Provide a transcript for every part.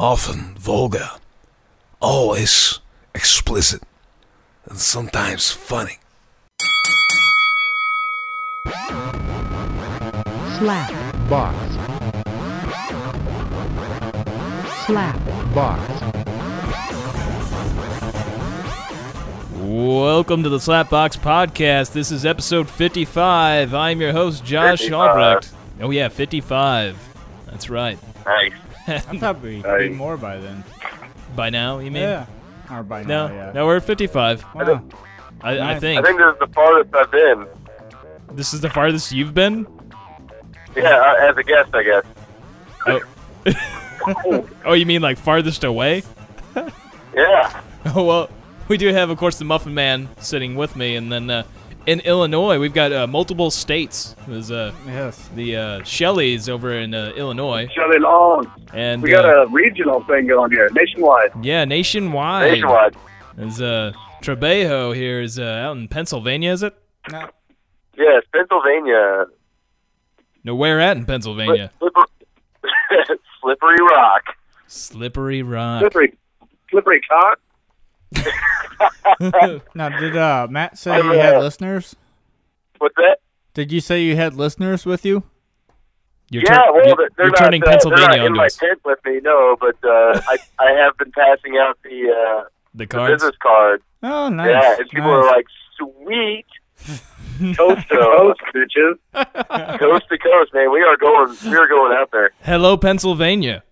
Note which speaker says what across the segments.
Speaker 1: often vulgar, always explicit, and sometimes funny.
Speaker 2: slap
Speaker 3: box,
Speaker 2: slap
Speaker 3: box.
Speaker 4: Welcome to the Slapbox Podcast. This is episode 55. I'm your host, Josh
Speaker 5: 55.
Speaker 4: Albrecht. Oh, yeah, 55. That's right.
Speaker 5: Nice.
Speaker 6: I thought we
Speaker 5: Aye.
Speaker 6: did more by then.
Speaker 4: By now, you mean?
Speaker 6: Yeah. Or by
Speaker 4: No,
Speaker 6: now, yeah.
Speaker 4: no, we're at 55.
Speaker 6: Wow.
Speaker 4: I, I
Speaker 6: Nice.
Speaker 4: think.
Speaker 5: I think this is the farthest I've been.
Speaker 4: This is the farthest you've been?
Speaker 5: Yeah, I- as a guest, I guess.
Speaker 4: Oh. oh, you mean like farthest away?
Speaker 5: Yeah.
Speaker 4: Oh, well, we do have, of course, the Muffin Man sitting with me. And then uh, in Illinois, we've got uh, multiple states. There's uh,
Speaker 6: Yes.
Speaker 4: the uh, Shelleys over in uh, Illinois.
Speaker 7: Shelley Long.
Speaker 4: And
Speaker 7: We got
Speaker 4: uh,
Speaker 7: a regional thing going here, nationwide.
Speaker 4: yeah, nationwide.
Speaker 5: Nationwide.
Speaker 4: Is uh Trebejo here is uh, out in Pennsylvania, is it?
Speaker 6: No.
Speaker 5: Yes, Pennsylvania.
Speaker 4: No, where at in Pennsylvania?
Speaker 5: Slippery, slippery Rock.
Speaker 4: Slippery Rock.
Speaker 7: Slippery, slippery cock.
Speaker 6: Now, did uh, Matt say
Speaker 5: Oh,
Speaker 6: you had listeners?
Speaker 5: What's that?
Speaker 6: Did you say you had listeners with you?
Speaker 4: You're
Speaker 5: yeah,
Speaker 4: turn-
Speaker 5: well,
Speaker 4: you're-
Speaker 5: they're
Speaker 4: you're
Speaker 5: not,
Speaker 4: turning
Speaker 5: uh, they're
Speaker 4: Pennsylvania
Speaker 5: not in
Speaker 4: onto
Speaker 5: my
Speaker 4: us.
Speaker 5: tent with me, no, but uh, I, I have been passing out the, uh,
Speaker 4: The
Speaker 5: the
Speaker 4: cards.
Speaker 5: business card.
Speaker 6: Oh, nice.
Speaker 5: yeah, and people
Speaker 6: nice.
Speaker 5: are like, sweet. coast to
Speaker 7: Post
Speaker 5: coast,
Speaker 7: bitches.
Speaker 5: coast to coast, man. We are going, we are going out there.
Speaker 4: Hello, Pennsylvania.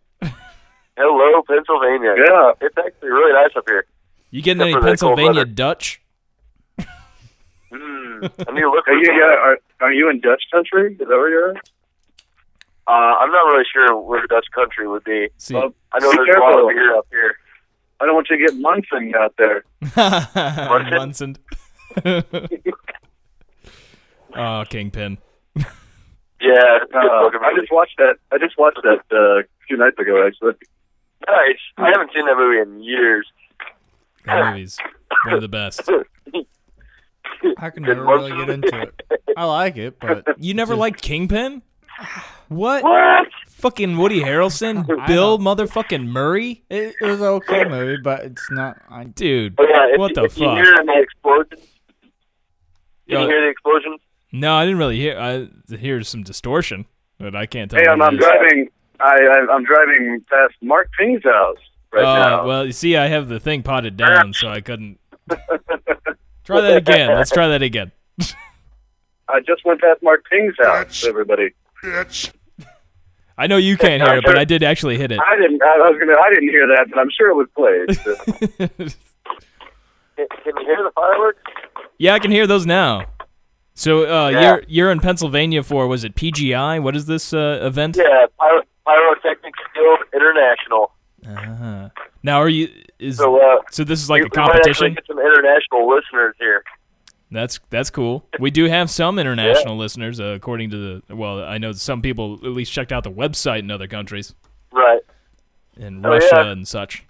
Speaker 5: Hello, Pennsylvania.
Speaker 7: Yeah.
Speaker 5: It's actually really nice up here.
Speaker 4: You getting any
Speaker 5: Except for that cold
Speaker 4: Pennsylvania
Speaker 5: weather.
Speaker 4: Dutch?
Speaker 5: I need to look.
Speaker 7: Are you,
Speaker 5: for-
Speaker 7: yeah, are, are you in Dutch country? Is that where you're at?
Speaker 5: Uh, I'm not really sure where Dutch country would be.
Speaker 4: See,
Speaker 7: Well,
Speaker 5: I know
Speaker 7: Be
Speaker 5: there's a lot
Speaker 7: careful.
Speaker 5: of beer up here.
Speaker 7: I don't want you to get Munson out there.
Speaker 4: Munson. oh, Kingpin.
Speaker 5: Yeah,
Speaker 7: Uh, I just watched that. I just watched that uh, a few nights ago, actually.
Speaker 5: nice. I haven't seen that movie in years.
Speaker 4: That movie's one of the best.
Speaker 6: I can
Speaker 5: Good
Speaker 6: never really
Speaker 5: motion.
Speaker 6: get into it. I like it, but
Speaker 4: You never liked Kingpin? What?
Speaker 5: What?
Speaker 4: Fucking Woody Harrelson? Bill motherfucking Murray?
Speaker 6: it, it was an okay movie, but it's not. I,
Speaker 4: Dude,
Speaker 5: But Oh, yeah, if,
Speaker 4: what
Speaker 5: you-
Speaker 4: the
Speaker 5: if
Speaker 4: fuck?
Speaker 5: you hear the explosion, did
Speaker 7: Uh,
Speaker 4: Yeah.
Speaker 5: you hear the explosion?
Speaker 4: No, I didn't really hear. I hear some distortion, but I can't tell.
Speaker 7: Hey,
Speaker 4: what
Speaker 7: I'm,
Speaker 4: it
Speaker 7: I'm
Speaker 4: is.
Speaker 7: driving. I, I, I'm driving past Mark Ping's house right
Speaker 4: Uh,
Speaker 7: now.
Speaker 4: well, you see, I have the thing potted down, so I couldn't. try that again. Let's try that again.
Speaker 7: I just went past Mark Ping's house. Everybody.
Speaker 4: I know you can't hear it, but I did actually hit it.
Speaker 7: I didn't. I was gonna. I didn't hear that, but I'm sure it was played.
Speaker 5: Can can you hear the fireworks?
Speaker 4: yeah, I can hear those now. So uh,
Speaker 5: Yeah.
Speaker 4: you're you're in Pennsylvania for was it PGI? What is this uh, event?
Speaker 5: Yeah, Pyro- Pyrotechnics Guild International.
Speaker 4: Uh-huh. Now are you is
Speaker 5: So,
Speaker 4: so,
Speaker 5: uh,
Speaker 4: this is
Speaker 5: we-
Speaker 4: like a
Speaker 5: we might actually
Speaker 4: competition?
Speaker 5: get some international listeners here.
Speaker 4: That's that's cool. We do have some international listeners, uh, according to the well, I know some people at least checked out the website in other countries.
Speaker 5: Right.
Speaker 4: in
Speaker 5: Oh,
Speaker 4: Russia
Speaker 5: yeah.
Speaker 4: and such.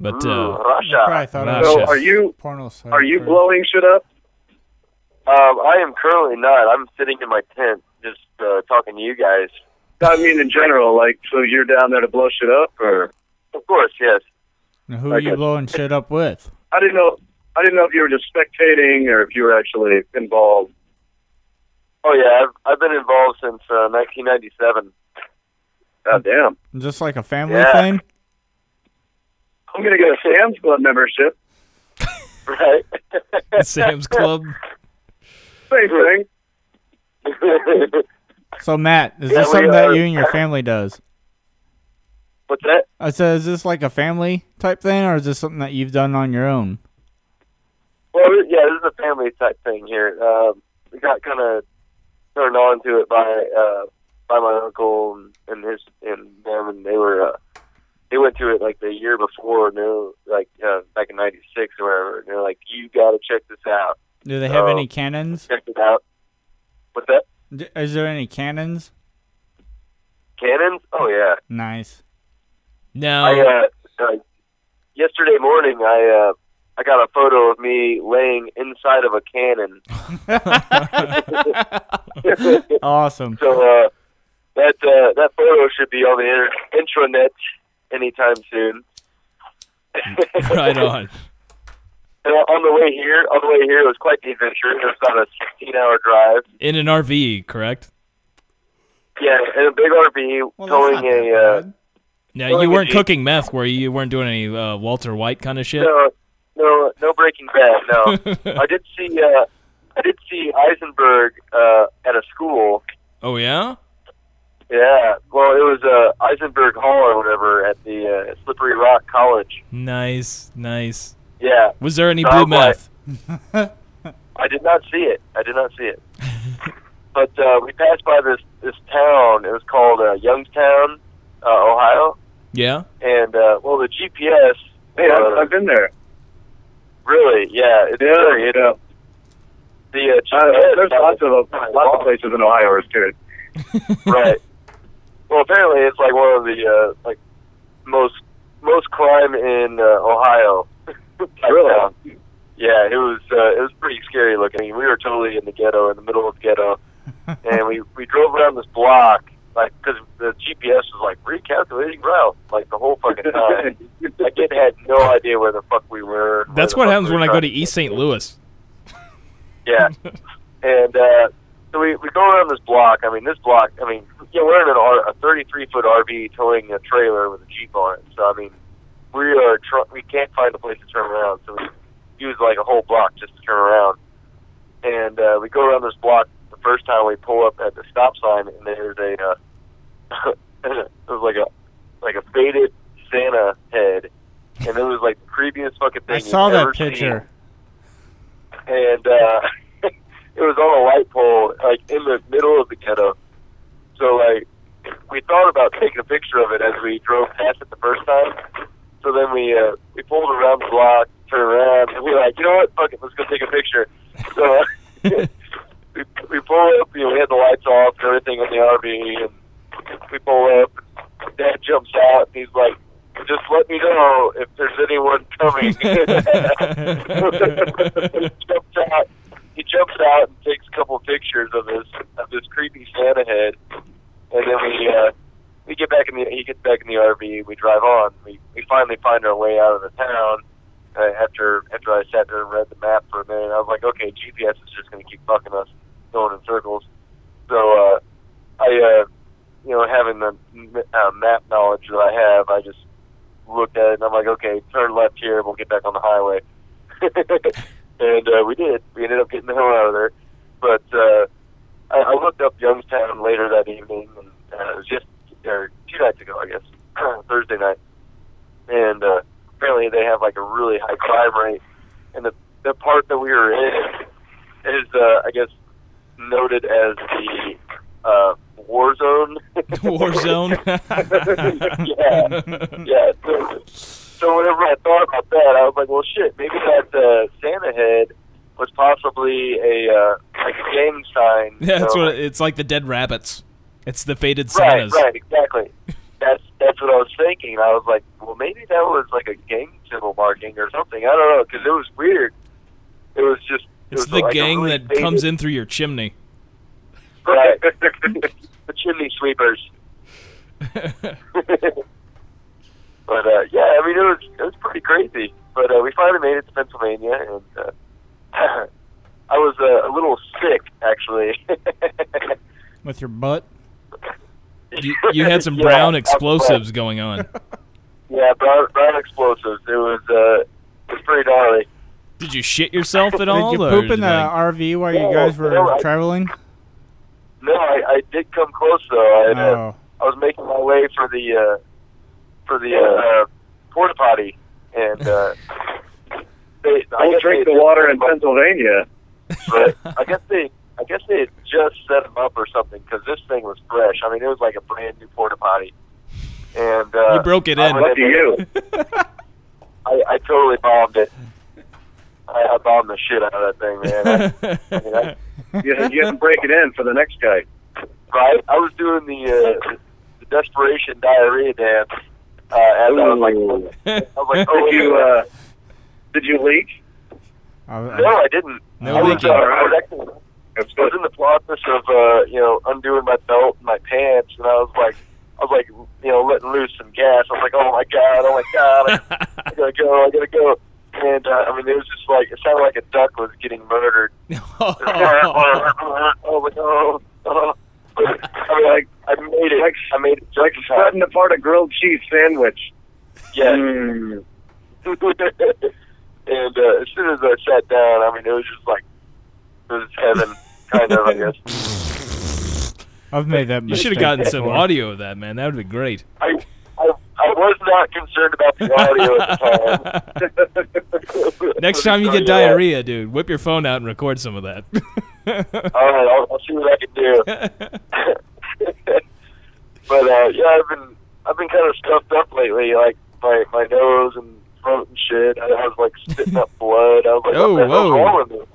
Speaker 4: But
Speaker 5: Ooh,
Speaker 4: uh,
Speaker 6: probably
Speaker 5: Russia.
Speaker 6: thought
Speaker 4: Wow,
Speaker 6: it was
Speaker 7: so,
Speaker 4: shit.
Speaker 7: are you
Speaker 6: porno site
Speaker 7: are you
Speaker 6: first.
Speaker 7: blowing shit up?
Speaker 5: Um, I am currently not. I'm sitting in my tent just uh, talking to you guys.
Speaker 7: I mean, in general, like, so you're down there to blow shit up, or
Speaker 5: Of course, yes.
Speaker 6: Now, Who are you blowing shit up with?
Speaker 7: I didn't know. I didn't know if you were just spectating or if you were actually involved.
Speaker 5: Oh yeah, I've I've been involved since uh, 1997.
Speaker 7: God damn!
Speaker 6: Just like a family
Speaker 5: Yeah.
Speaker 6: thing?
Speaker 7: I'm gonna get a Sam's Club membership.
Speaker 5: Right.
Speaker 4: Sam's Club.
Speaker 7: Same thing.
Speaker 6: So, Matt, is
Speaker 5: Yeah,
Speaker 6: this
Speaker 5: we
Speaker 6: something that
Speaker 5: are-
Speaker 6: you and your family does?
Speaker 5: What's that?
Speaker 6: I said, is this like a family type thing, or is this something that you've done on your own?
Speaker 5: Well, we- yeah, this is a family type thing here. Um, we got kind of turned on to it by uh, by my uncle and, and his and them, and they were uh, they went to it like the year before, and they were, like uh, back in '96 or whatever. And they're like, "You got to check this out.
Speaker 6: Do they have
Speaker 5: Oh.
Speaker 6: any cannons?
Speaker 5: Check it out." What's that?
Speaker 6: D- Is there any cannons?
Speaker 5: Cannons? Oh yeah.
Speaker 6: Nice.
Speaker 4: Now,
Speaker 5: I uh, uh, yesterday morning, I uh, I got a photo of me laying inside of a cannon.
Speaker 6: Awesome.
Speaker 5: So uh, that uh, that photo should be on the inter- intranet. anytime soon. uh,
Speaker 4: right on.
Speaker 5: And on the way here, on the way here, it was quite the adventure. It was about a 16-hour drive.
Speaker 4: In an RV, correct?
Speaker 5: Yeah, in a big RV,
Speaker 6: Well, that's
Speaker 5: towing
Speaker 6: not that
Speaker 5: a. Uh,
Speaker 6: bad.
Speaker 4: Now
Speaker 5: Well,
Speaker 4: you
Speaker 5: like a
Speaker 4: weren't
Speaker 5: Jeep.
Speaker 4: cooking meth, where you You weren't doing any uh, Walter White kind of shit.
Speaker 5: No, no, no Breaking Bad. No, I did see. Uh, I did see Eisenberg uh, at a school.
Speaker 4: Oh yeah,
Speaker 5: Yeah, well, it was uh, Eisenberg Hall or whatever at the uh, Slippery Rock College.
Speaker 4: nice, nice.
Speaker 5: Yeah,
Speaker 4: Was there any
Speaker 5: No,
Speaker 4: blue
Speaker 5: I'm like-
Speaker 4: meth?
Speaker 5: I did not see it. I did not see it. but uh, we passed by this this town. It was called uh, Youngstown, uh, Ohio.
Speaker 4: Yeah.
Speaker 5: And uh, well, the GPS.
Speaker 7: Hey, I've,
Speaker 5: uh,
Speaker 7: I've been there.
Speaker 5: really, yeah, it's very. It,
Speaker 7: yeah.
Speaker 5: the uh,
Speaker 7: I,
Speaker 5: GPS.
Speaker 7: there's lots of lots of places in Ohio are good.
Speaker 5: right. Well, apparently it's like one of the uh, like most most crime in uh, Ohio.
Speaker 7: Really?
Speaker 5: Yeah. Yeah, it was uh, it was pretty scary looking. I mean, we were totally in the ghetto, in the middle of the ghetto, and we we drove around this block like because the GPS was like recalculating route like the whole fucking
Speaker 7: Uh,
Speaker 5: time. like it had no idea where the fuck we were. where
Speaker 4: That's
Speaker 5: the
Speaker 4: what
Speaker 5: fuck
Speaker 4: happens
Speaker 5: we were
Speaker 4: when I go
Speaker 5: trying
Speaker 4: to East St.
Speaker 5: get
Speaker 4: Louis.
Speaker 5: yeah. and uh, so we, we go around this block. I mean, this block, I mean, you know, we're in an R, a 33 foot RV towing a trailer with a Jeep on it. So, I mean, we are tr- we can't find a place to turn around. So we use like a whole block just to turn around. And uh, we go around this block the first time we pull up at the stop sign, and there's a, uh, it was like a, like a faded Santa head. And it was like the creepiest fucking thing
Speaker 6: I
Speaker 5: you've
Speaker 6: saw
Speaker 5: ever
Speaker 6: that
Speaker 5: seen
Speaker 6: picture.
Speaker 5: and uh, it was on a light pole, like in the middle of the ghetto. So like, we thought about taking a picture of it as we drove past it the first time. So then we uh, we pulled around the block, turned around, and we were like, you know what, fuck it, let's go take a picture. So uh, we we pull up, you know, we had the lights off, and everything in the RV, and we pull up. Dad jumps out, and he's like. Just let me know if there's anyone coming. jumps out. He jumps out and takes a couple pictures of this of this creepy Santa head, and then we uh, we get back in the he gets back in the RV. We drive on. We we finally find our way out of the town. Uh, after after I sat there and read the map for a minute, I was like, okay, GPS is just going to keep fucking us going in circles. So uh, I uh, you know having the m- uh, map knowledge that I have, I just looked at it and I'm like, okay, turn left here. We'll get back on the highway. and uh, we did. We ended up getting the hell out of there. But uh, I, I looked up Youngstown later that evening, and uh, it was just or two nights ago, I guess, Thursday night. And uh, apparently, they have like a really high crime rate. And the the part that we were in is, uh, I guess, noted as the uh, war zone.
Speaker 4: War zone.
Speaker 5: yeah, yeah. So, so whenever I thought about that, I was like, well, shit, maybe that uh, Santa head was possibly a uh, like a gang sign.
Speaker 4: That's
Speaker 5: So,
Speaker 4: what it's like. The dead rabbits. It's the faded
Speaker 5: Right,
Speaker 4: Santas.
Speaker 5: right, exactly. That's that's what I was thinking. I was like, well, maybe that was like a gang symbol marking or something. I don't know because it was weird. It was just. it
Speaker 4: It's
Speaker 5: was
Speaker 4: the
Speaker 5: like a
Speaker 4: gang
Speaker 5: really
Speaker 4: that comes
Speaker 5: faded-
Speaker 4: in through your chimney.
Speaker 5: Right. the chimney sweepers. but uh, yeah, I mean it was it was pretty crazy. But uh, we finally made it to Pennsylvania, and uh, I was uh, a little sick actually.
Speaker 6: With your butt?
Speaker 4: You, you had some
Speaker 5: Yeah,
Speaker 4: brown
Speaker 5: I-
Speaker 4: explosives going on.
Speaker 5: Yeah, brown, brown explosives. It was uh, it was pretty gnarly.
Speaker 4: Did you shit yourself at all?
Speaker 6: Did you
Speaker 4: or
Speaker 6: poop in the
Speaker 4: like-
Speaker 6: RV while
Speaker 5: Yeah,
Speaker 6: you guys were
Speaker 5: yeah, I-
Speaker 6: traveling?
Speaker 5: No, I, I did come close though. I, had, uh,
Speaker 6: Oh.
Speaker 5: I was making my way for the uh, for the uh, uh, porta potty, and uh, they I
Speaker 7: Don't
Speaker 5: guess
Speaker 7: drink
Speaker 5: they
Speaker 7: the
Speaker 5: had
Speaker 7: water in
Speaker 5: just-
Speaker 7: Pennsylvania.
Speaker 5: but I guess they, I guess they had just set them up or something because this thing was fresh. I mean, it was like a brand new porta potty, and uh,
Speaker 4: You broke it
Speaker 5: I
Speaker 4: in.
Speaker 5: went
Speaker 7: Lucky you.
Speaker 5: I, I totally bombed it. I, I bombed the shit out of that thing,
Speaker 6: Oh.
Speaker 5: man. I, I mean, I,
Speaker 7: you. You didn't break it in for the next guy.
Speaker 5: right? I was doing the, uh, the desperation diarrhea dance. Uh, as I was like, I was like, oh,
Speaker 7: Did you uh, did you leak?
Speaker 6: I, I-
Speaker 5: no, I didn't.
Speaker 4: No
Speaker 5: I was, uh,
Speaker 4: leaking.
Speaker 5: I was actually- I was in the process of uh, you know undoing my belt and my pants, and I was like, I was like, you know, letting loose some gas. I was like, oh my god, oh my god, I, I gotta go, I gotta go. And uh, I mean, it was just like it sounded like a duck was getting murdered. Oh, I was like, oh, oh. I mean, like I made it. I made it.
Speaker 7: Like spreading apart a grilled cheese sandwich.
Speaker 5: Yeah.
Speaker 7: Mm.
Speaker 5: and uh, as soon as I sat down, I mean, it was just like it was heaven, kind of, I guess.
Speaker 6: I've made that
Speaker 4: you
Speaker 6: mistake.
Speaker 4: should have gotten some
Speaker 6: before.
Speaker 4: audio of that, man. That would be great.
Speaker 5: I, I, I was not concerned about the audio at the time.
Speaker 4: Next time you get
Speaker 5: Yeah.
Speaker 4: diarrhea, dude, whip your phone out and record some of that.
Speaker 5: All right, I'll, I'll see what I can do. but uh, yeah, I've been I've been kind of stuffed up lately, like my my nose and throat and shit. I was like spitting up blood. I was like,
Speaker 4: Oh,
Speaker 5: what the hell's
Speaker 4: whoa.
Speaker 5: wrong with me?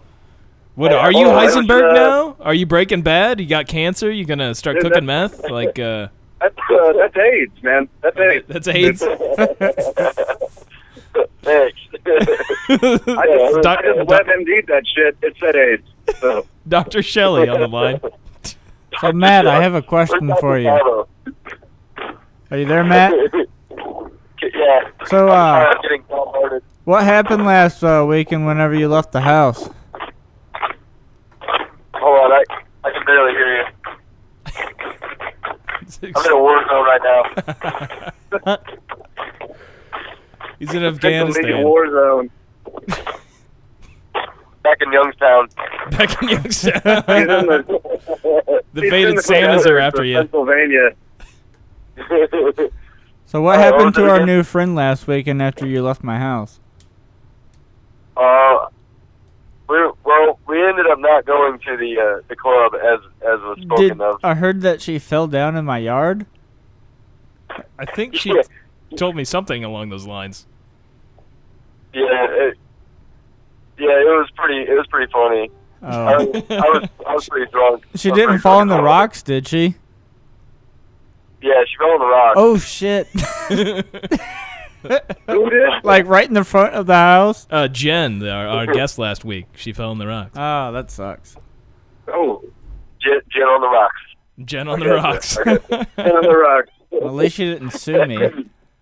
Speaker 4: what
Speaker 5: Yeah,
Speaker 4: are you
Speaker 5: well, I was,
Speaker 4: Heisenberg
Speaker 5: uh,
Speaker 4: now? Are you Breaking Bad? You got cancer? You gonna start
Speaker 7: Dude,
Speaker 4: cooking
Speaker 7: that's-
Speaker 4: meth? Like uh,
Speaker 7: That's uh, that's AIDS, man. That's AIDS.
Speaker 4: that's AIDS.
Speaker 5: Thanks.
Speaker 7: I just,
Speaker 4: Doc-
Speaker 7: I just
Speaker 4: doc-
Speaker 7: WebMD that shit. It said AIDS. So
Speaker 4: Dr. Shelley on the line.
Speaker 6: So Matt, I have a question for you. Are you there,
Speaker 4: Uh,
Speaker 6: Matt?
Speaker 5: yeah. I'm
Speaker 6: So, uh,
Speaker 5: sorry, I'm getting bombarded.
Speaker 6: What happened last uh, weekend whenever you left the house?
Speaker 5: Hold on, I I can barely hear you. I'm in a war zone right now.
Speaker 4: He's in
Speaker 7: Pennsylvania
Speaker 4: Afghanistan.
Speaker 7: war zone.
Speaker 5: Back in Youngstown.
Speaker 4: Back in Youngstown.
Speaker 7: He's in
Speaker 4: the
Speaker 7: the, he's in
Speaker 4: faded
Speaker 7: the
Speaker 4: Santas are
Speaker 7: deserts
Speaker 4: after
Speaker 7: of
Speaker 4: you.
Speaker 7: Pennsylvania.
Speaker 5: Uh,
Speaker 6: So what
Speaker 5: what
Speaker 6: happened
Speaker 5: was
Speaker 6: to
Speaker 5: it
Speaker 6: our
Speaker 5: again?
Speaker 6: new friend last weekend after you left my house?
Speaker 5: Uh, we well, we ended up not going to the uh, the club as as was spoken
Speaker 6: Did uh,
Speaker 5: of.
Speaker 6: I heard that she fell down in my yard?
Speaker 4: I think she told me something along those lines.
Speaker 5: Yeah, it, yeah, it was pretty it was pretty funny. I,
Speaker 6: Oh.
Speaker 5: was- I was I was pretty drunk.
Speaker 6: She
Speaker 5: I was
Speaker 6: didn't
Speaker 5: pretty
Speaker 6: fall in the
Speaker 5: drunk.
Speaker 6: rocks, did she?
Speaker 5: Yeah, she fell on the rock.
Speaker 6: Oh shit.
Speaker 7: Who did?
Speaker 6: like right in the front of the house?
Speaker 4: Uh, Jen, our, our guest last week, she fell in the
Speaker 7: Uh,
Speaker 4: rocks.
Speaker 6: Oh, that sucks.
Speaker 7: Oh,
Speaker 5: Jen, Jen on the rocks.
Speaker 4: Jen on the rocks.
Speaker 7: Jen on the rocks.
Speaker 6: Well, at least she didn't sue me.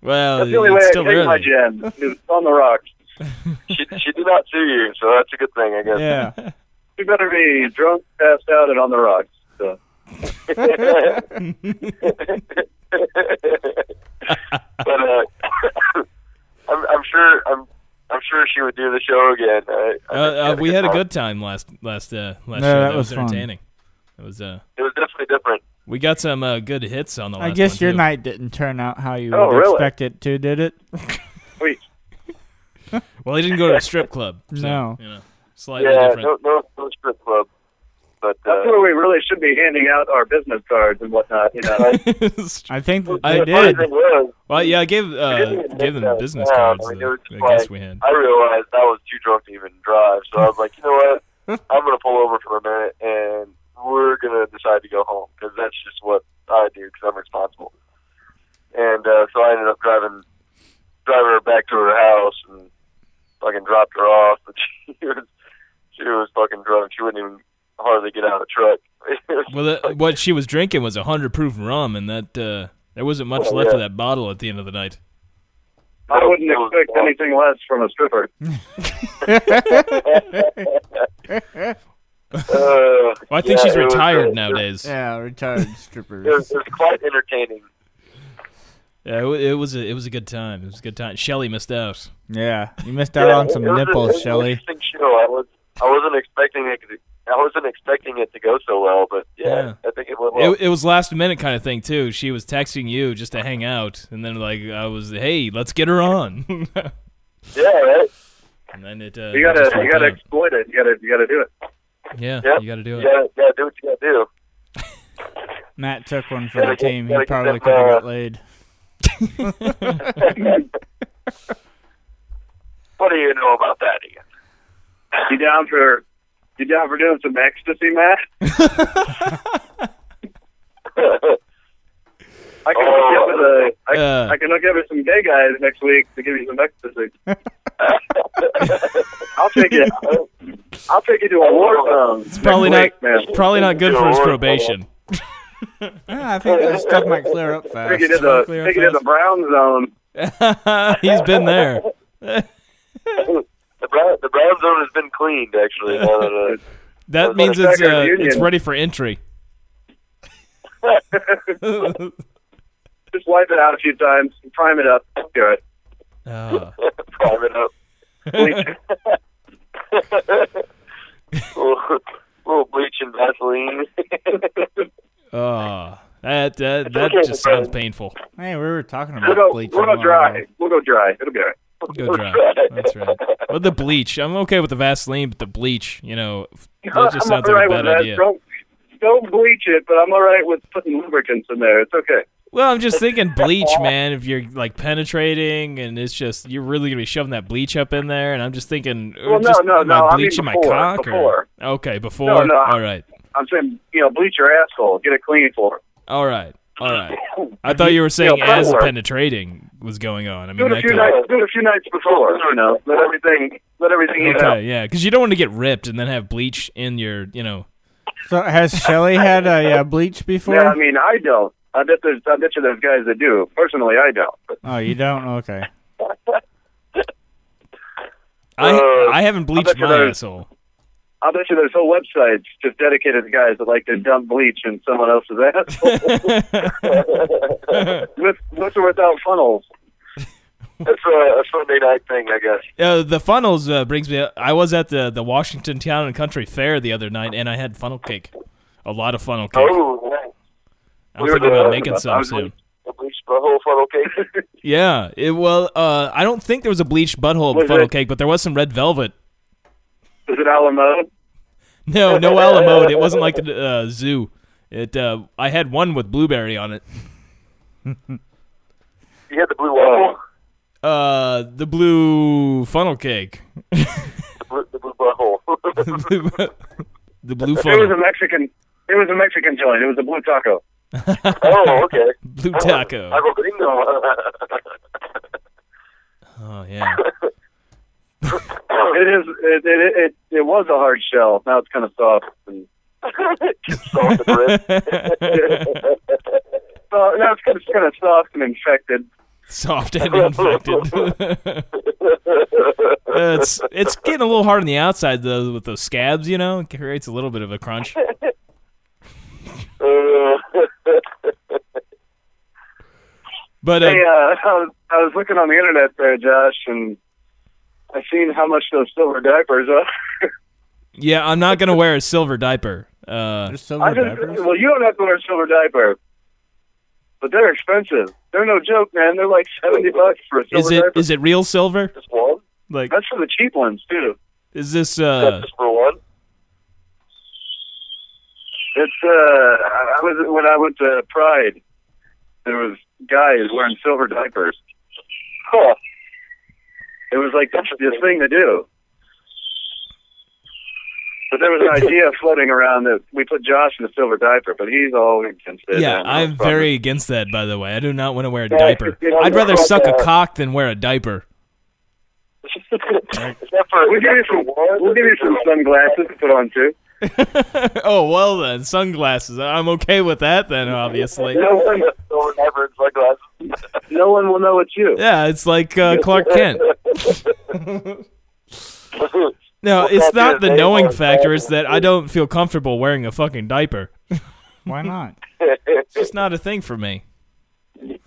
Speaker 4: well,
Speaker 7: That's the only way
Speaker 4: it's
Speaker 7: I
Speaker 4: still
Speaker 7: take my
Speaker 4: early.
Speaker 7: Jen. It's on the rocks.
Speaker 5: She she did not sue you, so that's a good thing, I guess.
Speaker 6: Yeah.
Speaker 7: She better be drunk, passed out, and on the rocks. So.
Speaker 5: but uh, I'm, I'm sure I'm I'm sure she would do the show again. I, I
Speaker 4: Uh,
Speaker 5: think she
Speaker 4: uh, we had a
Speaker 5: time.
Speaker 4: good time last last uh, last show.
Speaker 6: No, that
Speaker 4: That was
Speaker 6: was fun.
Speaker 4: entertaining. It was. Uh,
Speaker 5: It was definitely different.
Speaker 4: we got some uh, good hits on the last.
Speaker 6: I guess
Speaker 4: one,
Speaker 6: your
Speaker 4: too.
Speaker 6: night didn't turn out how you
Speaker 7: Oh,
Speaker 6: would
Speaker 7: really?
Speaker 6: expect it to, did it?
Speaker 7: Wait,
Speaker 4: Well, he didn't go to a strip club. So,
Speaker 6: No.
Speaker 4: you know, slightly
Speaker 5: yeah,
Speaker 4: different.
Speaker 5: no, no, no strip club. But uh,
Speaker 7: that's where we really should be handing out our business cards and whatnot. You know, like,
Speaker 6: I think th-
Speaker 4: I
Speaker 5: the funny
Speaker 4: did.
Speaker 5: thing was,
Speaker 4: Well, yeah, I gave uh,
Speaker 5: didn't
Speaker 4: gave them
Speaker 5: know.
Speaker 4: business
Speaker 5: Yeah,
Speaker 4: cards.
Speaker 5: I mean,
Speaker 4: uh,
Speaker 5: it was
Speaker 4: I
Speaker 5: just
Speaker 4: guess
Speaker 5: like-
Speaker 4: we had.
Speaker 5: I realized I was too drunk to even drive, so I was like, you know what? I'm gonna pull over for a minute, and we're gonna decide to go home because that's just what I do because I'm responsible. And uh, so I ended up driving driving her back to her house and fucking dropped her off. But she was she was fucking drunk. She wouldn't even hardly get out of the truck.
Speaker 4: Well, that, what she was drinking was a hundred proof rum, and that uh, there wasn't much
Speaker 5: Oh,
Speaker 4: left of
Speaker 5: yeah.
Speaker 4: that bottle at the end of the night.
Speaker 7: I wouldn't expect anything less from a stripper.
Speaker 5: Uh,
Speaker 4: Well, Oh, I think
Speaker 5: yeah,
Speaker 4: she's
Speaker 5: it was, uh,
Speaker 4: retired
Speaker 5: it-
Speaker 4: nowadays. Yeah,
Speaker 6: yeah, retired
Speaker 5: It was,
Speaker 6: strippers.
Speaker 5: it was quite entertaining.
Speaker 4: it, wa- it was a it was a good time. It was a good time. Shelley missed out.
Speaker 6: Yeah, you missed out
Speaker 5: Yeah,
Speaker 6: on some
Speaker 5: it was a- it
Speaker 6: nipples,
Speaker 5: was An
Speaker 6: Shelly.
Speaker 5: interesting show. I was I wasn't expecting it. to- I wasn't expecting it to go so well, but yeah, I think it went well.
Speaker 4: It, it was last minute kind of thing too. She was texting you just to hang out, and then like I was, hey, let's get her on.
Speaker 5: yeah, right?
Speaker 4: and then it uh,
Speaker 7: You
Speaker 4: it just
Speaker 7: gotta, you
Speaker 4: worked
Speaker 7: gotta
Speaker 4: out.
Speaker 7: exploit it. You gotta, you gotta do it.
Speaker 4: yeah,
Speaker 5: Yep.
Speaker 4: you gotta do it.
Speaker 5: Yeah, yeah, do what you gotta do.
Speaker 6: Matt took one for
Speaker 5: Gotta
Speaker 6: the
Speaker 5: get-
Speaker 6: team.
Speaker 5: gotta
Speaker 6: He
Speaker 5: get
Speaker 6: probably
Speaker 5: them,
Speaker 6: could have
Speaker 5: uh,
Speaker 6: got laid.
Speaker 5: What do you know about that again?
Speaker 7: You down for, you down for doing some ecstasy, Matt? I can hook you up with a, I,
Speaker 4: Uh.
Speaker 7: I can hook you up with some gay guys next week to give you some ecstasy. I'll take you. I'll take you to a war zone.
Speaker 4: Probably not.
Speaker 7: next week, man.
Speaker 4: Probably not good for his probation.
Speaker 6: Yeah, I think that stuff might clear up
Speaker 7: I think it is
Speaker 6: fast.
Speaker 7: a,
Speaker 4: Clear
Speaker 7: think it is a
Speaker 4: fast.
Speaker 7: brown zone.
Speaker 4: He's been there.
Speaker 5: The brown, the brown zone has been cleaned, actually. now that, uh,
Speaker 4: That
Speaker 7: Well,
Speaker 4: means
Speaker 7: the
Speaker 4: it's
Speaker 7: Packers
Speaker 4: uh,
Speaker 7: Union-
Speaker 4: it's ready for entry.
Speaker 7: Just wipe it out a few times, prime it up. Do it.
Speaker 4: Uh,
Speaker 5: prime it up. Bleach. little, little bleach and Vaseline.
Speaker 4: uh, that that, that
Speaker 5: Okay,
Speaker 4: just sounds
Speaker 5: Brian.
Speaker 4: painful.
Speaker 6: Hey, we were talking
Speaker 7: We'll
Speaker 6: about
Speaker 7: go,
Speaker 6: bleach.
Speaker 7: we'll go dry. We'll go dry. It'll be all right.
Speaker 4: Go dry. That's right. But the bleach, I'm okay with the Vaseline, but the bleach, you know, that just
Speaker 7: I'm all
Speaker 4: sounds like
Speaker 7: right
Speaker 4: a
Speaker 7: with
Speaker 4: bad
Speaker 7: that.
Speaker 4: idea.
Speaker 7: Don't, don't bleach it, but I'm all right with putting lubricants in there. It's okay.
Speaker 4: Well, I'm just thinking bleach, man. If you're like penetrating, and it's just you're really gonna be shoving that bleach up in there, and I'm just thinking, uh,
Speaker 7: Well, no,
Speaker 4: just
Speaker 7: no,
Speaker 4: put my
Speaker 7: no, I
Speaker 4: bleach
Speaker 7: mean
Speaker 4: in my
Speaker 7: before,
Speaker 4: cock,
Speaker 7: before.
Speaker 4: or okay, before,
Speaker 7: No, no, I-
Speaker 4: all right,
Speaker 7: I'm saying, you know, bleach your asshole. Get it clean for.
Speaker 4: all right, all right. I thought you were saying
Speaker 7: Yeah,
Speaker 4: as
Speaker 7: before.
Speaker 4: penetrating was going on. I
Speaker 7: Do
Speaker 4: mean,
Speaker 7: it a
Speaker 4: that
Speaker 7: few
Speaker 4: could,
Speaker 7: nights. Do it a few nights before. You know, let everything, let everything eat out.
Speaker 4: okay, yeah, because you don't want to get ripped and then have bleach in your, you know,
Speaker 6: So has Shelly had a uh, bleach before?
Speaker 7: Yeah, I mean, I don't. I bet there's, I bet you there's guys that do. Personally, I don't. But
Speaker 6: oh, you don't? Okay.
Speaker 4: I
Speaker 7: Uh,
Speaker 4: I haven't bleached
Speaker 7: bet you
Speaker 4: my
Speaker 7: there's-
Speaker 4: asshole.
Speaker 7: I bet you there's whole websites just dedicated to guys that like to dump bleach in someone else's asshole. with, with or without funnels.
Speaker 5: That's a, a Sunday night thing, I guess.
Speaker 4: Uh, the funnels uh, brings me. I was at the the Washington Town and Country Fair the other night, and I had funnel cake, a lot of funnel cake.
Speaker 5: Oh, nice.
Speaker 4: I'm
Speaker 5: we were
Speaker 4: thinking about
Speaker 5: doing-
Speaker 4: making
Speaker 5: I
Speaker 4: some
Speaker 5: was
Speaker 4: soon.
Speaker 5: I bleached my whole funnel cake.
Speaker 4: Yeah. It, well, uh, I don't think there was a bleached butthole
Speaker 7: Was
Speaker 4: funnel
Speaker 7: it-
Speaker 4: cake, but there was some red velvet.
Speaker 7: Is it Alamo?
Speaker 4: No, no Alamo. It wasn't like the uh, zoo. It. Uh, I had one with blueberry on it.
Speaker 5: you had the blue
Speaker 4: Oh.
Speaker 5: wall,
Speaker 4: Uh, the blue funnel cake.
Speaker 5: the blue, the blue butthole.
Speaker 4: the blue
Speaker 7: It was a
Speaker 4: funnel,
Speaker 7: Mexican. It was a Mexican joint. It was a blue taco.
Speaker 5: oh, okay.
Speaker 4: blue taco.
Speaker 5: I go gringo.
Speaker 4: Oh yeah.
Speaker 7: It is. It it, it it was a hard shell. Now it's kind of soft. And,
Speaker 5: Just salt and bread.
Speaker 7: so now it's kind of, kind of soft and infected.
Speaker 4: Soft and infected. Uh, it's it's getting a little hard on the outside though with those scabs, you know. It creates a little bit of a crunch.
Speaker 5: Uh,
Speaker 4: But uh,
Speaker 7: Hey, uh, I, was, I was looking on the internet there, Josh, and I seen how much those silver diapers are.
Speaker 4: yeah, I'm not gonna wear a silver diaper. Uh,
Speaker 6: There's silver
Speaker 7: I just,
Speaker 6: diapers?
Speaker 7: well, you don't have to wear a silver diaper, but they're expensive. They're no joke, man. They're like seventy bucks for a silver
Speaker 4: is it
Speaker 7: diaper.
Speaker 4: is it real silver?
Speaker 5: just one?
Speaker 4: Like
Speaker 7: That's for the cheap ones too.
Speaker 4: is this uh
Speaker 5: That's just for one?
Speaker 7: It's uh, I I was when I went to Pride, there was guys wearing silver diapers.
Speaker 5: Huh.
Speaker 7: It was like this, this thing to do. But there was an idea floating around that we put Josh in a silver diaper, but he's all against it.
Speaker 4: yeah,
Speaker 7: man.
Speaker 4: I'm
Speaker 7: No problem.
Speaker 4: very against that by the way. I do not want to wear a
Speaker 5: Yeah,
Speaker 4: diaper.
Speaker 5: you know,
Speaker 4: I'd rather
Speaker 5: it's like
Speaker 4: suck a
Speaker 5: that.
Speaker 4: cock than wear a diaper.
Speaker 5: Is that for,
Speaker 7: We'll
Speaker 5: is
Speaker 7: give you
Speaker 5: that for
Speaker 7: some.
Speaker 5: one?
Speaker 7: We'll give you some sunglasses to put on too.
Speaker 4: oh, well then, sunglasses. I'm okay with that then, obviously.
Speaker 5: No one no one ever in sunglasses.
Speaker 7: No one will know it's you.
Speaker 4: Yeah, it's like uh, Clark Kent. No, it's not
Speaker 5: that'd be the
Speaker 4: the
Speaker 5: name
Speaker 4: knowing
Speaker 5: of it.
Speaker 4: factor. It's that I don't feel comfortable wearing a fucking diaper.
Speaker 6: Why not?
Speaker 4: It's just not a thing for me. Do-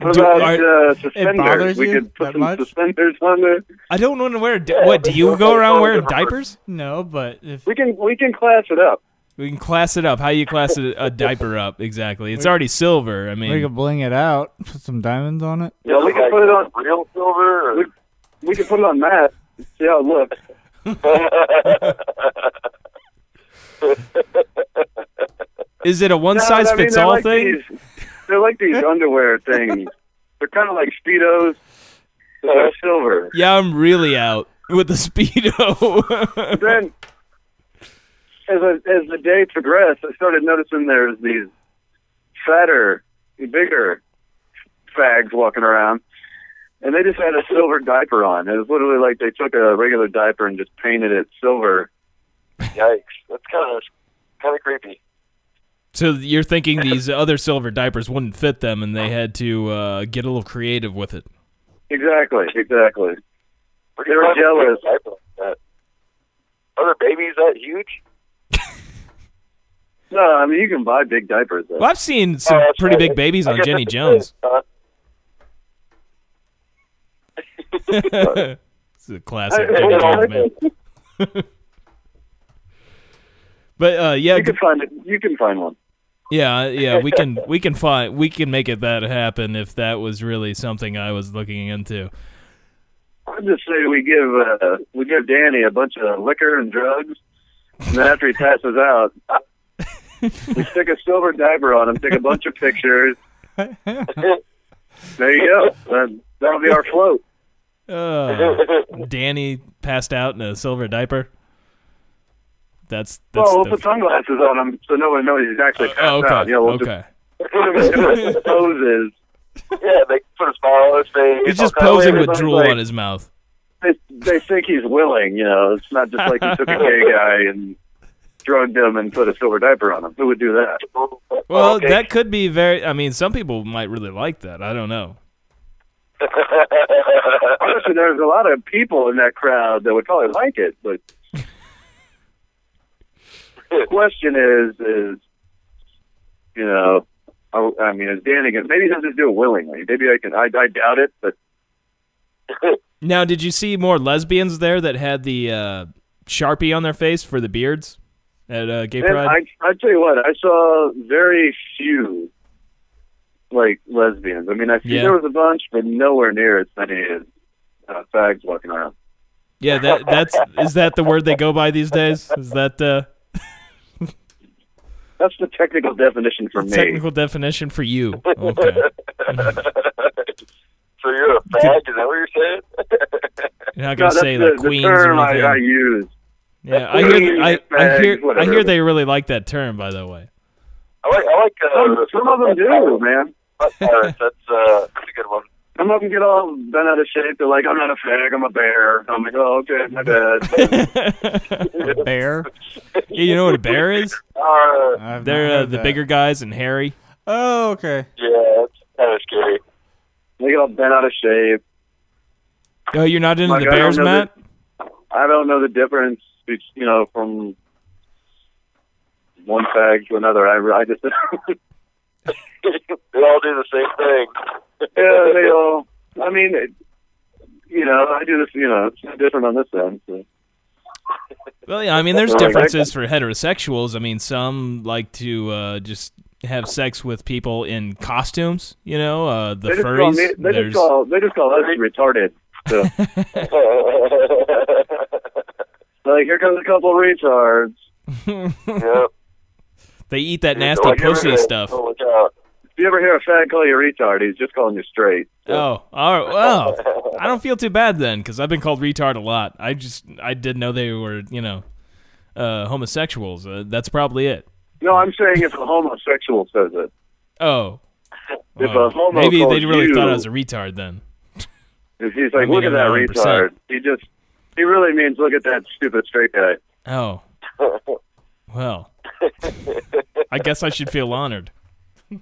Speaker 7: What about
Speaker 4: are-
Speaker 7: uh,
Speaker 6: It bothers
Speaker 7: suspenders? We
Speaker 6: you
Speaker 7: could
Speaker 6: that
Speaker 7: put some
Speaker 6: much?
Speaker 7: suspenders on there.
Speaker 4: I don't want to wear. A di- what do you go around wearing diapers?
Speaker 6: No, but if
Speaker 7: We can we can class it up.
Speaker 4: We can class it up. How you class a, a diaper up exactly? It's already silver. I
Speaker 6: we
Speaker 4: mean,
Speaker 6: could bling it out, put some diamonds on it.
Speaker 7: Yeah, we can put it on.
Speaker 5: real silver. Or,
Speaker 7: We, we can put it on that. See how it looks.
Speaker 4: is it a one
Speaker 7: No,
Speaker 4: size
Speaker 7: I mean,
Speaker 4: fits
Speaker 7: they're
Speaker 4: all
Speaker 7: like
Speaker 4: thing?
Speaker 7: These, they're like these underwear things. They're kind of like speedos. but They're silver.
Speaker 4: Yeah, I'm really out with the speedo.
Speaker 7: Then, as I, as the day progressed, I started noticing there's these fatter, bigger fags walking around, and they just had a silver diaper on. It was literally like they took a regular diaper and just painted it silver.
Speaker 5: yikes! That's kind of kind of creepy.
Speaker 4: So you're thinking these other silver diapers wouldn't fit them, and they had to uh, get a little creative with it.
Speaker 7: Exactly, exactly.
Speaker 5: Where do
Speaker 7: They
Speaker 5: you
Speaker 7: were
Speaker 5: find a
Speaker 7: jealous.
Speaker 5: diaper like that? Are there babies that huge?
Speaker 7: No, I mean you can buy big diapers. Though.
Speaker 4: Well, I've
Speaker 7: Oh,
Speaker 4: seen some
Speaker 5: that's
Speaker 4: pretty
Speaker 5: right.
Speaker 4: big babies
Speaker 5: I
Speaker 4: on
Speaker 5: guess
Speaker 4: Jenny
Speaker 5: that's the
Speaker 4: Jones.
Speaker 5: thing, huh?
Speaker 4: it's a classic
Speaker 7: I-
Speaker 4: Jenny
Speaker 7: I-
Speaker 4: Jones, man. But uh, yeah,
Speaker 7: You can find it. You can find one.
Speaker 4: Yeah, yeah, we can we can find we can make it that happen if that was really something I was looking into.
Speaker 7: I'd just say we give uh, we give Danny a bunch of liquor and drugs, and then after he passes out, we stick a silver diaper on him, take a bunch of pictures. There you go. That, that'll be our float.
Speaker 4: Uh, Danny passed out in a silver diaper. That's that's
Speaker 7: Oh, well, we'll
Speaker 4: the-
Speaker 7: put sunglasses on him so no one knows he's actually passed
Speaker 4: oh, okay.
Speaker 7: out. Yeah, we'll
Speaker 4: okay.
Speaker 7: just put him in different poses.
Speaker 5: Yeah, they put a smile on his face.
Speaker 4: He's
Speaker 5: all
Speaker 4: just
Speaker 5: kinda
Speaker 4: posing
Speaker 5: weird.
Speaker 4: with
Speaker 7: everybody's
Speaker 4: drool
Speaker 7: like-
Speaker 4: on his mouth.
Speaker 7: They, they think he's willing. You know, it's not just like he took a gay guy and drugged him and put a silver diaper on him. Who would do that? Oh,
Speaker 4: Well,
Speaker 5: Okay.
Speaker 4: that could be very I mean, some people might really like that. I don't know.
Speaker 7: Honestly, there's a lot of people in that crowd that would probably like it, but the question is, is you know, I, I mean, is Danny going? Maybe he doesn't do it willingly. Maybe I can. I, I doubt it, but
Speaker 4: Now, did you see more lesbians there that had the uh, Sharpie on their face for the beards at uh, Gay
Speaker 7: and
Speaker 4: Pride?
Speaker 7: I, I tell you what, I saw very few like lesbians. I mean, I see
Speaker 4: Yeah.
Speaker 7: there was a bunch, but nowhere near as many as uh, fags walking around.
Speaker 4: Yeah, that that's is that the word they go by these days? Is that uh,
Speaker 7: That's the technical definition for me.
Speaker 4: technical definition for you? Okay.
Speaker 5: so you're a fag? Is that what you're saying?
Speaker 4: You're not
Speaker 7: No,
Speaker 4: gonna
Speaker 7: that's
Speaker 4: say
Speaker 7: the,
Speaker 4: like
Speaker 7: the
Speaker 4: queens or
Speaker 7: term I,
Speaker 4: anything.
Speaker 7: I use.
Speaker 4: yeah, I hear, I, I hear, I hear
Speaker 7: Whatever.
Speaker 4: they really like that term. By the way,
Speaker 5: I like. I like. Uh,
Speaker 7: Some, some of them do, man.
Speaker 5: Butt pirates. That's uh, that's a good one.
Speaker 7: Some of them get all bent out of shape. They're like, I'm not a fag, I'm a bear. I'm like, oh, okay, my bad.
Speaker 6: Bear.
Speaker 4: you know what a bear is?
Speaker 5: Uh,
Speaker 6: I've not
Speaker 4: They're uh,
Speaker 6: heard
Speaker 4: the
Speaker 6: that.
Speaker 4: bigger guys and hairy.
Speaker 6: Oh, okay.
Speaker 5: yeah, that's kind of scary.
Speaker 7: they get all bent out of shape.
Speaker 4: Oh, you're not into
Speaker 7: Like,
Speaker 4: the
Speaker 7: I don't
Speaker 4: bears,
Speaker 7: know
Speaker 4: Matt?
Speaker 7: that- I don't know the difference, bet- you know, from one fag to another. I, I just, yeah,
Speaker 5: they all do the same thing.
Speaker 7: they all, I mean, it, you know, I do this, you know, it's no different on this end. So.
Speaker 4: Well, yeah, I mean, there's
Speaker 7: Like, I-
Speaker 4: differences for heterosexuals. I mean, some like to uh, just have sex with people in costumes. You know, uh, the
Speaker 7: They just call
Speaker 4: furries.
Speaker 7: me, they
Speaker 4: There's-
Speaker 7: just call, they just call us retarded. So, like, here comes a couple retards.
Speaker 5: yep.
Speaker 4: they eat that nasty
Speaker 5: Like
Speaker 4: pussy
Speaker 5: everything.
Speaker 4: stuff.
Speaker 5: Oh, look out.
Speaker 7: If you ever hear a fag call you a retard, he's just calling you straight.
Speaker 4: Oh, all right. Well, I don't feel too bad then, because I've been called retard a lot. I just I didn't know they were you know uh, homosexuals. Uh, that's probably it.
Speaker 7: No, I'm saying if a homosexual says it.
Speaker 4: Oh,
Speaker 7: If
Speaker 4: Well,
Speaker 7: a homo
Speaker 4: maybe
Speaker 7: calls
Speaker 4: they really
Speaker 7: you,
Speaker 4: thought I was a retard then.
Speaker 7: if he's
Speaker 4: I
Speaker 7: like,
Speaker 4: mean,
Speaker 7: look at
Speaker 4: I'm
Speaker 7: that
Speaker 4: not 100%.
Speaker 7: retard. He just, he really means look at that stupid straight guy.
Speaker 4: Oh, well, I guess I should feel honored.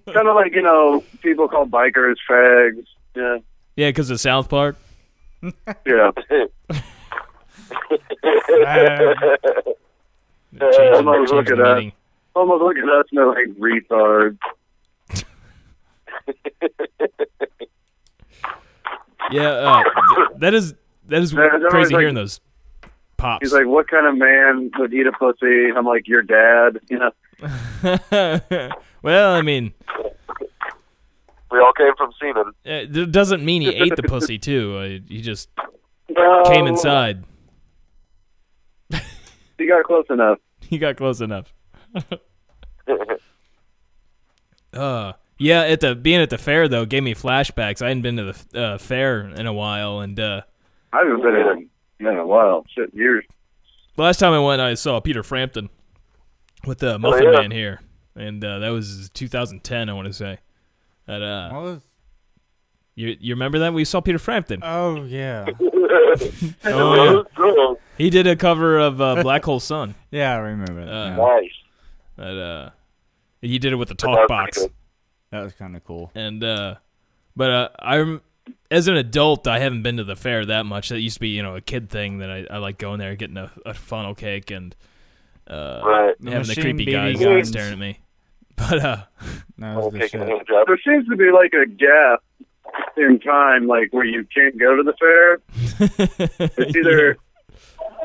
Speaker 7: kind of like you know, people call bikers fags. Yeah,
Speaker 4: Yeah, because of South Park.
Speaker 7: yeah.
Speaker 6: Fag.
Speaker 4: Change- change
Speaker 7: almost look
Speaker 4: the
Speaker 7: it up.
Speaker 4: meaning.
Speaker 7: Almost look at us and they're like retards.
Speaker 4: Yeah, uh, th- that is that is
Speaker 7: Yeah, it's always
Speaker 4: crazy
Speaker 7: like-
Speaker 4: hearing those pops.
Speaker 7: He's like, what kind of man would eat a pussy? I'm like, your dad. You know,
Speaker 4: well, I mean,
Speaker 5: We all came from semen.
Speaker 4: it it uh, doesn't mean he ate the pussy too. Uh, he just
Speaker 7: no,
Speaker 4: came inside.
Speaker 7: You got close enough.
Speaker 4: He got close enough. uh, yeah, at the being at the fair though gave me flashbacks. I hadn't been to the uh, fair in a while, and uh,
Speaker 7: I haven't been in a, in a while. Shit, years.
Speaker 4: last time I went, I saw Peter Frampton with
Speaker 7: Oh,
Speaker 4: the Muffin
Speaker 5: yeah.
Speaker 4: Man here, and uh, that was 2010, I want to say. And, uh,
Speaker 6: What was-
Speaker 4: you you remember that we saw Peter Frampton?
Speaker 6: Oh yeah,
Speaker 4: Oh, yeah. He did a cover of uh, Black Hole Sun.
Speaker 6: yeah, I remember that.
Speaker 4: Uh,
Speaker 6: yeah.
Speaker 5: Nice.
Speaker 4: But uh, he did it with a
Speaker 5: was
Speaker 4: talk
Speaker 5: pretty
Speaker 4: box,
Speaker 5: good.
Speaker 6: That was kind of cool.
Speaker 4: and uh, but uh, I'm as an adult, I haven't been to the fair that much. That used to be you know a kid thing that I, I like going there, getting a, a funnel cake and uh,
Speaker 5: Right.
Speaker 6: The
Speaker 4: having the
Speaker 6: machine
Speaker 4: creepy
Speaker 6: BB
Speaker 4: guys
Speaker 6: guns.
Speaker 4: staring at me. But uh,
Speaker 6: That
Speaker 5: I'll
Speaker 6: was the
Speaker 5: take a
Speaker 6: shit.
Speaker 5: hand job.
Speaker 7: There seems to be like a gap in time, like where you can't go to the fair. It's either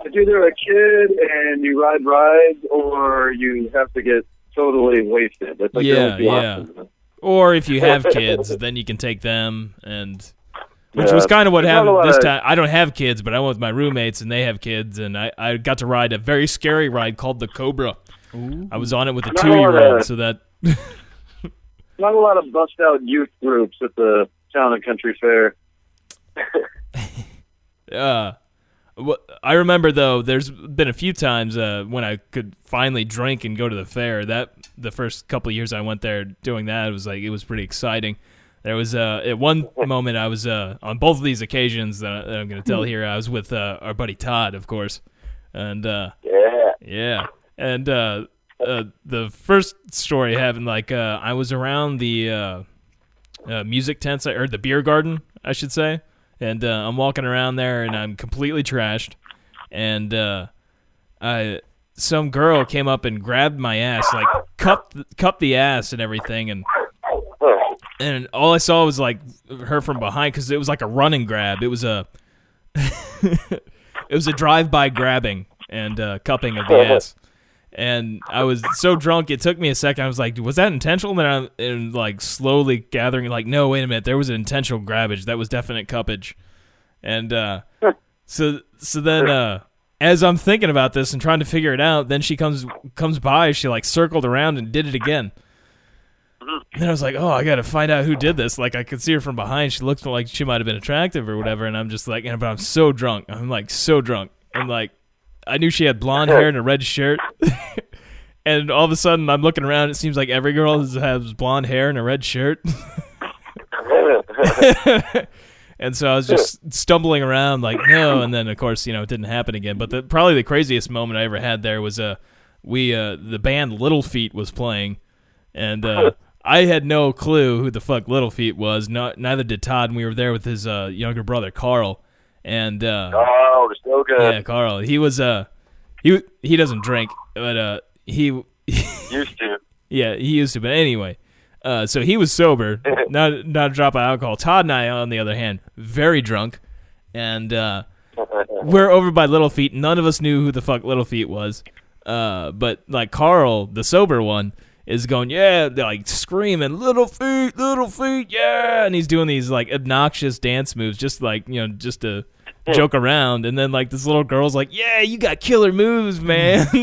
Speaker 7: it's either a kid and you ride rides, or you have to get totally wasted. That's like the
Speaker 4: Yeah,
Speaker 7: only two
Speaker 4: yeah.
Speaker 7: options.
Speaker 4: or if you have kids, then you can take them and which
Speaker 5: Yeah.
Speaker 4: was kind of what
Speaker 7: There's not a
Speaker 4: happened
Speaker 7: lot
Speaker 4: this
Speaker 7: of-
Speaker 4: time. I don't have kids, but I went with my roommates and they have kids and I, I got to ride a very scary ride called the Cobra. I was on it with a
Speaker 7: Not a
Speaker 4: two
Speaker 7: lot
Speaker 4: year old,
Speaker 7: of-
Speaker 4: so that
Speaker 7: Not a lot of bust out youth groups at the town and country fair.
Speaker 4: uh wh- I remember though there's been a few times uh when I could finally drink and go to the fair. That the first couple of years I went there doing that it was like it was pretty exciting. There was uh at one moment I was uh on both of these occasions that, I, that I'm going to tell here I was with uh, our buddy Todd of course. And uh
Speaker 5: Yeah.
Speaker 4: Yeah, and uh, uh, the first story having like uh, I was around the uh, uh, music tent or the beer garden, I should say, and uh, I'm walking around there and I'm completely trashed, and uh, I some girl came up and grabbed my ass, like cupped cupped the ass and everything, and
Speaker 5: Huh.
Speaker 4: and all I saw was like her from behind because it was like a running grab. It was a it was a drive by grabbing and uh, cupping of the ass. And I was so drunk, it took me a second. I was like, "Was that intentional?" And then I'm and like slowly gathering, like, "No, wait a minute, there was an intentional grabbage. That was definite cuppage." And uh, so so then uh, as I'm thinking about this and trying to figure it out, then she comes comes by. She like circled around and did it again. And I was like, oh, I gotta find out who did this. Like, I could see her from behind. She looked like she might have been attractive or whatever. And I'm just like, and- but I'm so drunk. I'm like so drunk. And like, I knew she had blonde hair and a red shirt. and all of a sudden, I'm looking around. It seems like every girl has- has blonde hair and a red shirt. and so I was just stumbling around like no, and then of course you know it didn't happen again. But the, probably the craziest moment I ever had there was uh we uh the band Little Feet was playing, and uh, I had no clue who the fuck Little Feet was. Not neither did Todd. And we were there with his uh, younger brother Carl, and uh,
Speaker 5: Oh, it's so good.
Speaker 4: yeah, Carl. He was uh he he doesn't drink, but uh he
Speaker 5: Used to.
Speaker 4: yeah, he used to. But anyway, uh, so he was sober, not not a drop of alcohol. Todd and I, on the other hand, very drunk, and uh, we're over by Little Feet. None of us knew who the fuck Little Feet was, uh, but like Carl, the sober one, is going yeah, they're, like screaming Little Feet, Little Feet, yeah, and he's doing these like obnoxious dance moves, just like you know, just to joke around and then like this little girl's like yeah you got killer moves man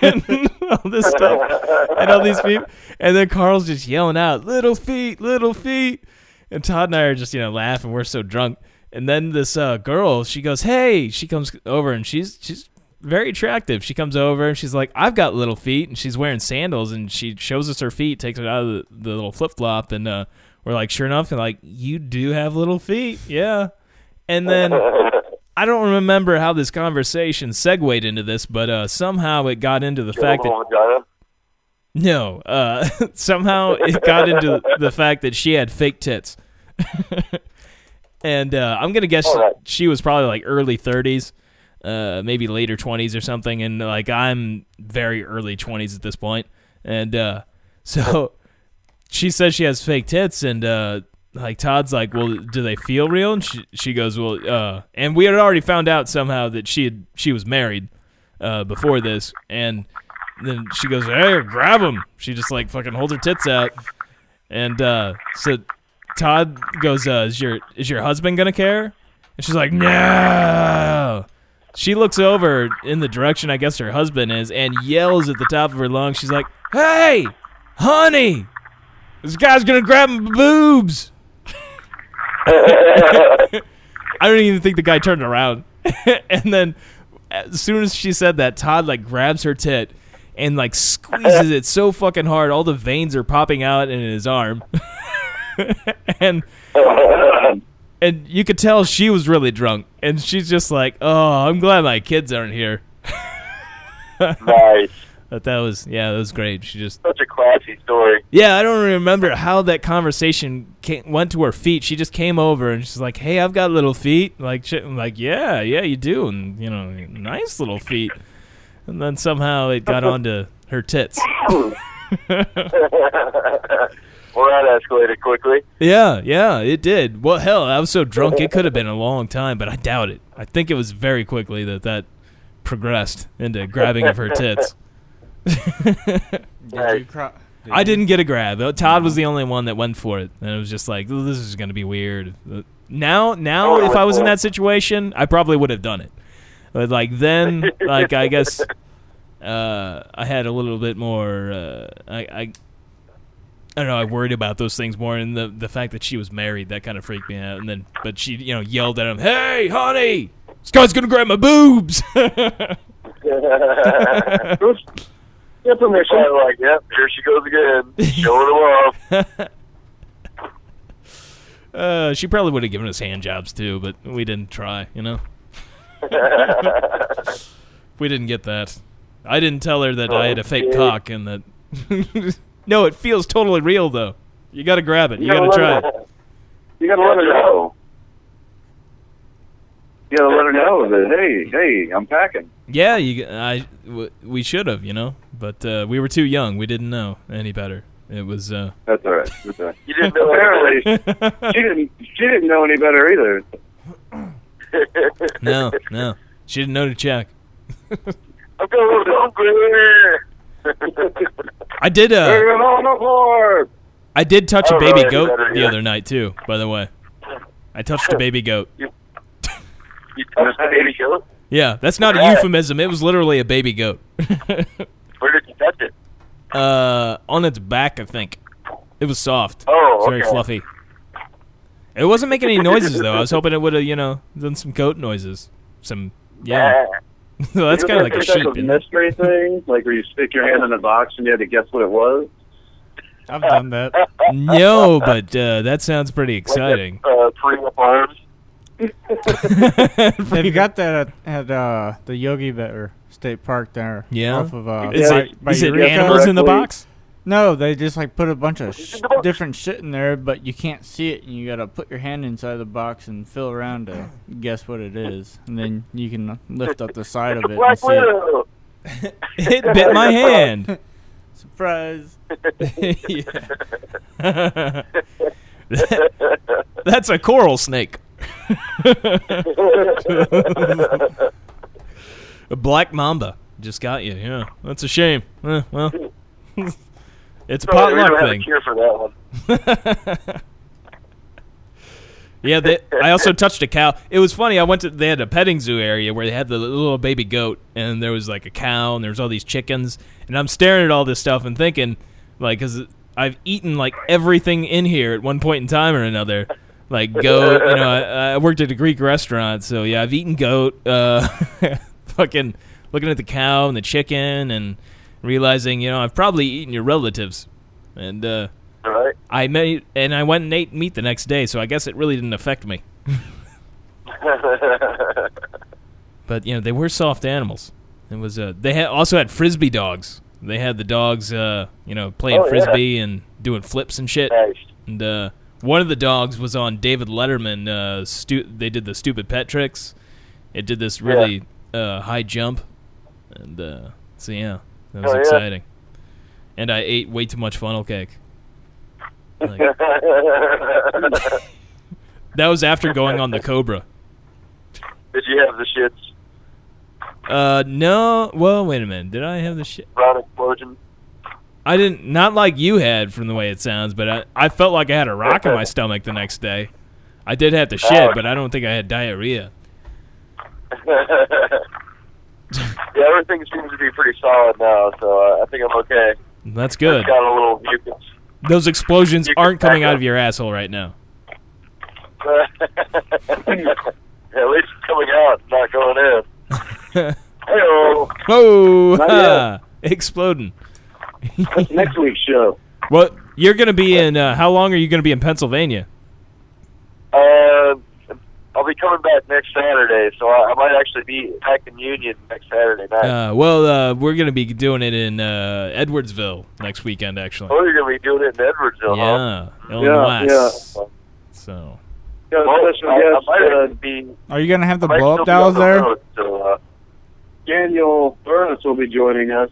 Speaker 4: and all this stuff and all these people. And then Carl's just yelling out, "Little feet, little feet," and Todd and I are just you know laughing. We're so drunk. And then this uh, girl, she goes, "Hey!" She comes over and she's she's very attractive. She comes over and she's like, "I've got little feet," and she's wearing sandals and she shows us her feet, takes it out of the, the little flip flop, and uh, we're like, "Sure enough," and like, "You do have little feet, yeah." And then. I don't remember how this conversation segued into this, but uh, somehow it got into the fact that
Speaker 5: Vagina.
Speaker 4: no. Uh, somehow it got into the fact that she had fake tits. and uh, I'm going to guess
Speaker 5: All right.
Speaker 4: she was probably like early 30s, uh, maybe later 20s or something. And like I'm very early 20s at this point. And uh, so she says she has fake tits. And uh, like Todd's like, well, do they feel real? And she, she goes, well, uh, and we had already found out somehow that she had, she was married uh, before this. And then she goes, "Hey, grab him!" She just like fucking holds her tits out, and uh, so Todd goes, uh, "Is your is your husband gonna care?" And she's like, "No." She looks over in the direction I guess her husband is, and yells at the top of her lungs. She's like, "Hey, honey, this guy's gonna grab my boobs." I don't even think the guy turned around. and then as soon as she said that, Todd like grabs her tit and like squeezes it so fucking hard, all the veins are popping out in his arm. and and you could tell she was really drunk, and she's just like, "Oh, I'm glad my kids aren't here."
Speaker 5: Nice.
Speaker 4: But that was yeah, that was great. She just
Speaker 5: Such a classy story.
Speaker 4: yeah, I don't remember how that conversation came, went to her feet. She just came over and she's like, "Hey, I've got little feet." Like, she, I'm like, yeah, yeah, you do, and you know, nice little feet. And then somehow it got onto her tits.
Speaker 5: Well, that escalated quickly.
Speaker 4: Yeah, yeah, it did. Well, hell, I was so drunk it could have been a long time, but I doubt it. I think it was very quickly that that progressed into grabbing of her tits.
Speaker 5: Right.
Speaker 6: Did you cro- did
Speaker 4: I
Speaker 6: you-
Speaker 4: didn't get a grab. Uh, Todd was the only one that went for it, and it was just like this is going to be weird. Uh, Now, now, if I was in that situation, I probably would have done it. But like then, like I guess uh, I had a little bit more. Uh, I, I, I don't know. I worried about those things more, and the the fact that she was married that kind of freaked me out. And then, but she, you know, yelled at him, "Hey, honey, this guy's gonna grab my boobs."
Speaker 7: Get permission.
Speaker 5: Kind of like, yep, here she goes again, showing them off.
Speaker 4: Uh, she probably would have given us hand jobs too, but we didn't try, you know? we didn't get that. I didn't tell her that I had a fake
Speaker 5: Okay.
Speaker 4: cock and that. no, it feels totally real though. You gotta grab it. You gotta try it.
Speaker 7: You gotta let her know. You gotta let her know that hey, hey, I'm packing.
Speaker 4: Yeah, you. I. W- we should have, you know, but uh, we were too young. We didn't know any better. It was. Uh,
Speaker 7: That's all right. That's all right.
Speaker 5: You didn't know
Speaker 7: Apparently,
Speaker 4: no,
Speaker 7: she didn't. She didn't know any better either.
Speaker 4: no. She didn't know to check.
Speaker 5: I'm feeling a little hungry.
Speaker 4: I did. Uh,
Speaker 7: Bring 'em on the floor.
Speaker 4: I did touch
Speaker 5: I
Speaker 4: a
Speaker 5: don't know
Speaker 4: baby
Speaker 5: any
Speaker 4: goat
Speaker 5: better
Speaker 4: the
Speaker 5: either.
Speaker 4: other night too. By the way, I touched a baby goat.
Speaker 5: you touched the baby goat?
Speaker 4: Yeah, that's not a
Speaker 5: Yeah.
Speaker 4: euphemism. It was literally a baby goat.
Speaker 5: Where did you touch it?
Speaker 4: uh, on its back, I think. It was soft. It
Speaker 5: Oh,
Speaker 4: was very
Speaker 5: okay.
Speaker 4: fluffy. It wasn't making any noises though. I was hoping it would have, you know, done some goat noises. Some yeah. so that's kind of like a sheep.
Speaker 7: Type of
Speaker 4: isn't it?
Speaker 7: mystery thing, like where you stick your hand in a box and you had to guess what it was.
Speaker 6: I've done that.
Speaker 4: No, but uh, that sounds pretty exciting.
Speaker 5: Uh, free up arms.
Speaker 6: They've got that at, at uh, the Yogi Bear State Park there.
Speaker 4: Yeah?
Speaker 6: Off of uh,
Speaker 4: Is
Speaker 6: by-
Speaker 4: it,
Speaker 6: by
Speaker 4: is it
Speaker 6: Eureka.
Speaker 4: animals in the
Speaker 7: correctly.
Speaker 4: box?
Speaker 6: No, they just like put a bunch of sh-
Speaker 5: the box.
Speaker 6: different shit in there, but you can't see it, and you gotta put your hand inside the box and feel around to guess what it is, and then you can lift up the side of it and
Speaker 5: Black
Speaker 6: see it.
Speaker 5: Widow.
Speaker 4: It bit my hand.
Speaker 6: Surprise!
Speaker 4: Yeah. That's a coral snake. a black mamba just got you. Yeah, that's a shame. Eh, well, it's a
Speaker 5: Sorry, we don't
Speaker 4: potluck
Speaker 5: have a
Speaker 4: thing.
Speaker 5: cure for that one.
Speaker 4: yeah, they, I also touched a cow. It was funny. I went to they had a petting zoo area where they had the little baby goat, and there was like a cow, and there was all these chickens, and I'm staring at all this stuff and thinking, like, because I've eaten like everything in here at one point in time or another. Like goat, you know. I, I worked at a Greek restaurant, so yeah, I've eaten goat. Uh, fucking looking at the cow and the chicken, and realizing, you know, I've probably eaten your relatives, and uh,
Speaker 5: All right.
Speaker 4: I made and I went and ate meat the next day, so I guess it really didn't affect me. But you know, they were soft animals. It was uh, they had also had frisbee dogs. They had the dogs, uh, you know, playing
Speaker 5: Oh, yeah.
Speaker 4: frisbee and doing flips and shit.
Speaker 5: nice.
Speaker 4: And uh, one of the dogs was on David Letterman. Uh, stu- they did the stupid pet tricks. It did this really uh, high jump, and uh, so yeah, that was
Speaker 5: Oh, yeah.
Speaker 4: exciting. And I ate way too much funnel cake. Like, that was after going on the Cobra.
Speaker 5: Did you have the shits?
Speaker 4: Uh, no. Well, wait a minute. Did I have the shit?
Speaker 5: Round explosion.
Speaker 4: I didn't. Not like you had, from the way it sounds, but I, I felt like I had a rock in my stomach the next day. I did have to shit, but I don't think I had diarrhea.
Speaker 5: yeah, everything seems to be pretty solid now, so uh, I think I'm okay.
Speaker 4: That's good.
Speaker 5: Just got a little mucus.
Speaker 4: Those explosions
Speaker 5: You can
Speaker 4: aren't coming
Speaker 5: back
Speaker 4: out
Speaker 5: up.
Speaker 4: of your asshole right now.
Speaker 5: At least it's coming out, not going in. Hey,
Speaker 4: Oh,
Speaker 7: Not yet.
Speaker 4: exploding.
Speaker 7: That's next week's show.
Speaker 4: Well, you're gonna be in. Uh, how long are you gonna be in Pennsylvania?
Speaker 5: uh, I'm I'll be coming back next Saturday, so I, I might actually be back in Union next Saturday night.
Speaker 4: Uh, well, uh, we're gonna be doing it in uh, Edwardsville next weekend, actually.
Speaker 5: oh, you're gonna be doing it in Edwardsville, huh?
Speaker 4: Yeah, Illinois.
Speaker 5: yeah.
Speaker 4: So
Speaker 7: Got
Speaker 5: Well,
Speaker 7: a special
Speaker 5: I, I
Speaker 7: guest,
Speaker 5: might
Speaker 7: uh,
Speaker 5: actually be
Speaker 6: Are you gonna have the
Speaker 5: I might
Speaker 6: blow
Speaker 5: still
Speaker 6: up
Speaker 5: be on
Speaker 6: dolls
Speaker 5: the
Speaker 6: there?
Speaker 5: road, so, uh,
Speaker 7: Daniel Burness will be joining us.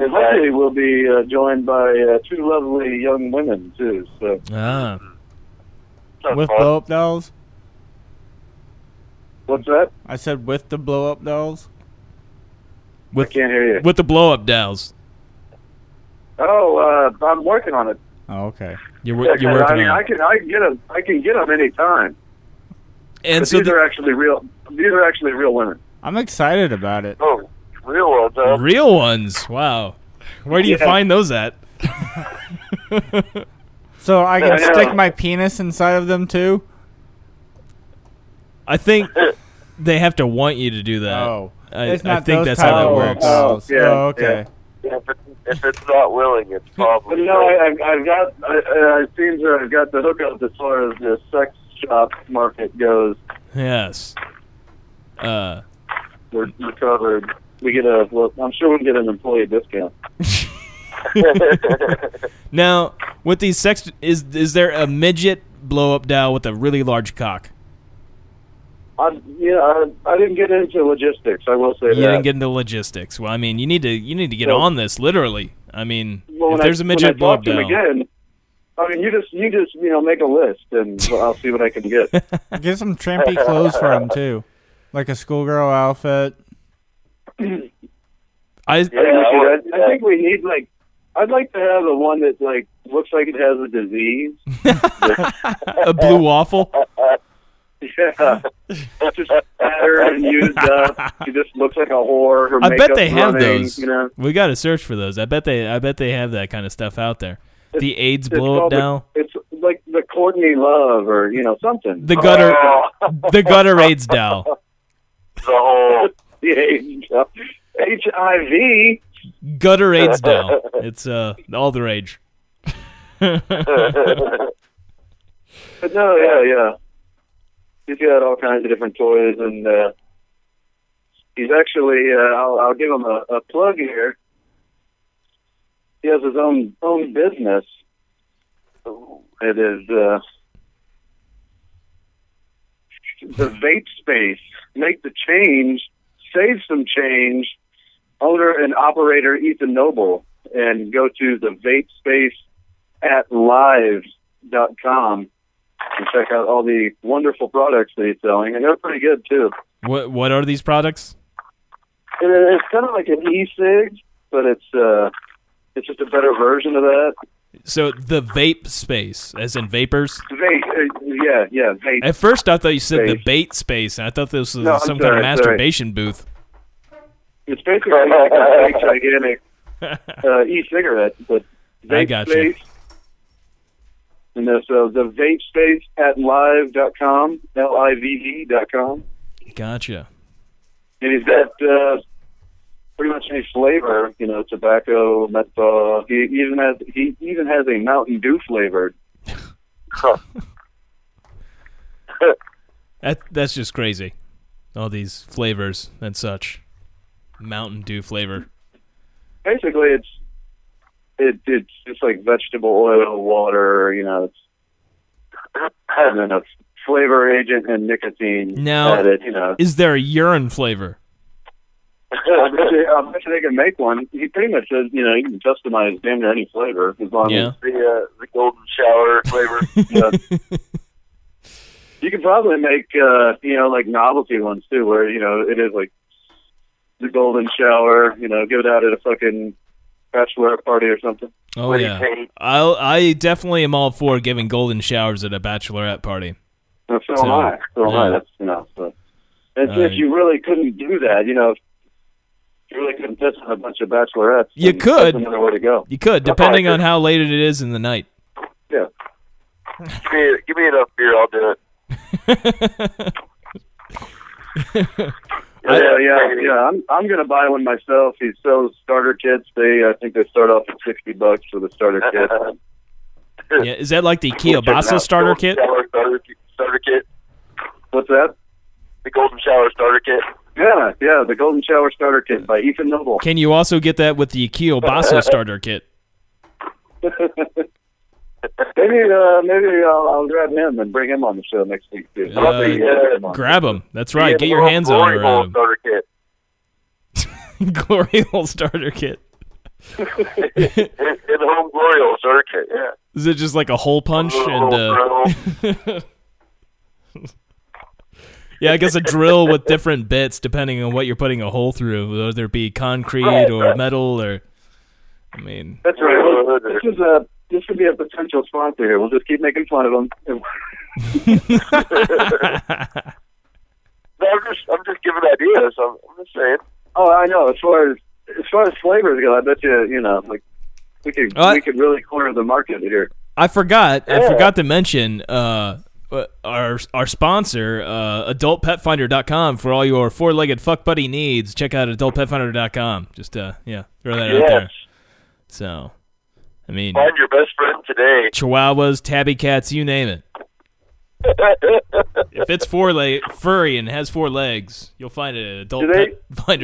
Speaker 7: And
Speaker 5: Okay.
Speaker 7: luckily, we'll be uh, joined by uh, two lovely young women, too. So,
Speaker 4: ah,
Speaker 5: sounds
Speaker 6: With
Speaker 5: fun.
Speaker 6: blow up dolls?
Speaker 7: what's that?
Speaker 6: I said with the blow up dolls.
Speaker 7: I can't hear you.
Speaker 4: with the blow up dolls,
Speaker 7: Oh, uh, I'm working on it.
Speaker 6: Oh, okay.
Speaker 4: you're wor- you're
Speaker 7: I
Speaker 4: working
Speaker 7: mean, I
Speaker 4: on. it.
Speaker 7: can I can get them. I can get them anytime.
Speaker 4: And
Speaker 7: But
Speaker 4: so
Speaker 7: these
Speaker 4: the
Speaker 7: are actually real. These are actually real women.
Speaker 6: I'm excited about it.
Speaker 5: Oh, real ones, huh?
Speaker 4: real ones. Wow, where do you
Speaker 7: Yeah.
Speaker 4: find those at?
Speaker 6: So I can
Speaker 7: Yeah.
Speaker 6: stick my penis inside of them too?
Speaker 4: I think they have to want you to do that.
Speaker 6: Oh.
Speaker 4: I,
Speaker 6: it's
Speaker 4: I
Speaker 6: not
Speaker 4: think
Speaker 6: those
Speaker 4: that's
Speaker 6: type
Speaker 4: how that
Speaker 6: of
Speaker 4: works.
Speaker 7: Oh,
Speaker 6: dolls.
Speaker 7: yeah,
Speaker 6: Oh, okay.
Speaker 5: If, it, if it's not willing, it's
Speaker 7: But
Speaker 5: probably.
Speaker 7: no, Mm-hmm. I, I've- I've got. I, I, it seems that I've got the hookup as far as the sex shop market goes.
Speaker 4: Yes. Uh,
Speaker 7: We're, we're covered. We get a. Well, I'm sure we can get an employee discount.
Speaker 4: now with these sex, is is there a midget blow up doll with a really large cock?
Speaker 7: I, you know, I, I didn't get into logistics. I will say
Speaker 4: You
Speaker 7: that.
Speaker 4: didn't get into logistics. Well, I mean, you need to you need to get
Speaker 7: So-
Speaker 4: on this literally. I mean,
Speaker 7: well,
Speaker 4: if
Speaker 7: when
Speaker 4: there's
Speaker 7: I,
Speaker 4: a
Speaker 7: when I
Speaker 4: midget blow
Speaker 7: talk
Speaker 4: up
Speaker 7: to him
Speaker 4: doll,
Speaker 7: again. I mean, you just you just you know make a list and I'll see what I can get.
Speaker 6: Get some trampy clothes for them too. Like a schoolgirl outfit.
Speaker 4: I
Speaker 7: I think,
Speaker 5: Yeah, I
Speaker 7: we
Speaker 5: would-
Speaker 7: should, I, I think we need like I'd like to have the one that like looks like it has a disease.
Speaker 4: a blue
Speaker 7: Oh.
Speaker 4: waffle.
Speaker 7: Yeah, just battered and used up. She just looks like a whore. Her
Speaker 4: I bet
Speaker 7: makeup's
Speaker 4: they have
Speaker 7: running,
Speaker 4: those.
Speaker 7: You know,
Speaker 4: We got to search for those. I bet they I bet they have that kind of stuff out there. The AIDS blow up
Speaker 7: called the-
Speaker 4: doll,
Speaker 7: it's like the Courtney Love or you know something.
Speaker 4: the gutter
Speaker 5: Oh,
Speaker 4: the gutter AIDS doll,
Speaker 5: the whole.
Speaker 7: Yeah, HIV.
Speaker 4: gutter AIDS doll. It's uh all the rage.
Speaker 7: But no, yeah, yeah. He's got all kinds of different toys, and uh, he's actually. Uh, I'll, I'll give him a, a plug here. He has his own own business. It is uh, the vape space. Make the change. Save some change. Owner and operator Ethan Noble, and go to the vape space at live.com and check out all the wonderful products that he's selling, and they're pretty good too.
Speaker 4: What what are these products?
Speaker 7: And it- it's kind of like an e-cig, but it's uh, it's just a better version of that.
Speaker 4: So the vape space, as in vapors.
Speaker 7: Vape, uh, yeah, yeah, vape.
Speaker 4: At first, I thought you said the
Speaker 7: Space.
Speaker 4: bait space, and I thought this was
Speaker 7: No, I'm
Speaker 4: some kind of
Speaker 7: sorry, sorry.
Speaker 4: masturbation booth.
Speaker 7: It's basically like a big, gigantic uh, e-cigarette, but vape
Speaker 4: I gotcha.
Speaker 7: space. And that's uh, the vape space at live.com, L-I-V-E E dot com.
Speaker 4: Gotcha.
Speaker 7: And he's got uh, pretty much any flavor, you know, tobacco, menthol. He even has he even has a Mountain Dew flavored.
Speaker 4: That that's just crazy. All these flavors and such. Mountain Dew flavor.
Speaker 7: Basically, it's it it's just like vegetable oil, water, you know, it's and then a flavor agent and nicotine
Speaker 4: Now-
Speaker 7: added. You know,
Speaker 4: Is there a urine flavor?
Speaker 7: I bet you, I bet you they can make one. He pretty much says, you know, you can customize damn near any flavor as long
Speaker 4: Yeah.
Speaker 7: as
Speaker 5: The, uh, the golden shower flavor.
Speaker 7: Yeah. you could probably make uh you know like novelty ones too where you know it is like the golden shower you know give it out at a fucking bachelorette party or something
Speaker 4: Oh
Speaker 5: What do you
Speaker 4: yeah.
Speaker 5: think?
Speaker 4: I'll I definitely am all for giving golden showers at a bachelorette party.
Speaker 7: and so,
Speaker 4: So,
Speaker 7: am i so am
Speaker 4: yeah.
Speaker 7: i that's you know so and
Speaker 4: Alright.
Speaker 7: if you really couldn't do that you know if you really couldn't piss on a bunch of bachelorettes
Speaker 4: You
Speaker 7: then
Speaker 4: could.
Speaker 7: that's another way to go
Speaker 4: You could, depending
Speaker 5: good.
Speaker 4: on how late it is in the night.
Speaker 7: yeah
Speaker 5: Give me, give me enough beer, I'll do it.
Speaker 7: yeah, yeah, yeah. I'm I'm gonna buy one myself. He sells starter kits. They I think they start off at sixty bucks for the starter kit.
Speaker 4: Yeah, is that like the
Speaker 5: Check it
Speaker 4: Kielbasa
Speaker 5: out.
Speaker 4: starter
Speaker 5: Golden
Speaker 4: kit?
Speaker 5: Shower starter, starter kit.
Speaker 7: What's that?
Speaker 5: kit.
Speaker 7: Yeah, yeah, the Golden Shower Starter Kit by Ethan Noble.
Speaker 4: Can you also get that with the Kielbasa starter kit?
Speaker 7: Maybe, uh, maybe I'll, I'll grab him and bring him on the show next week too.
Speaker 4: Uh,
Speaker 7: Probably, him on.
Speaker 4: Grab them. That's right.
Speaker 5: Yeah,
Speaker 4: Get your
Speaker 5: Glory-
Speaker 4: hands on um,
Speaker 5: Glory
Speaker 4: it. around
Speaker 5: Bowl
Speaker 4: 'em.
Speaker 5: starter kit.
Speaker 4: Glory hole starter kit.
Speaker 5: In, in the home glory hole starter kit. Yeah.
Speaker 4: Is it just like a hole punch and uh,
Speaker 5: Little
Speaker 4: yeah, I guess a drill with different bits depending on what you're putting a hole through, whether it be concrete or metal or. I mean,
Speaker 7: That's right. Well, this is a this could be a potential sponsor here. We'll just keep making fun of him.
Speaker 5: No, I'm just I'm just giving ideas. I'm, I'm just saying.
Speaker 7: oh, I know. As far as as far as flavors go, I bet you you know like we could
Speaker 4: Uh,
Speaker 7: we could really corner the market here.
Speaker 4: I forgot. I forgot to mention uh, uh, our our sponsor, uh, AdultPetFinder.com, for all your four-legged fuck buddy needs. Check out AdultPetFinder.com. Just uh, yeah, throw that out
Speaker 5: Yes.
Speaker 4: there. So, I mean,
Speaker 5: Find your best friend today.
Speaker 4: Chihuahuas, tabby cats, you name it. if it's four leg furry and has four legs, you'll find it at
Speaker 7: Do they- do they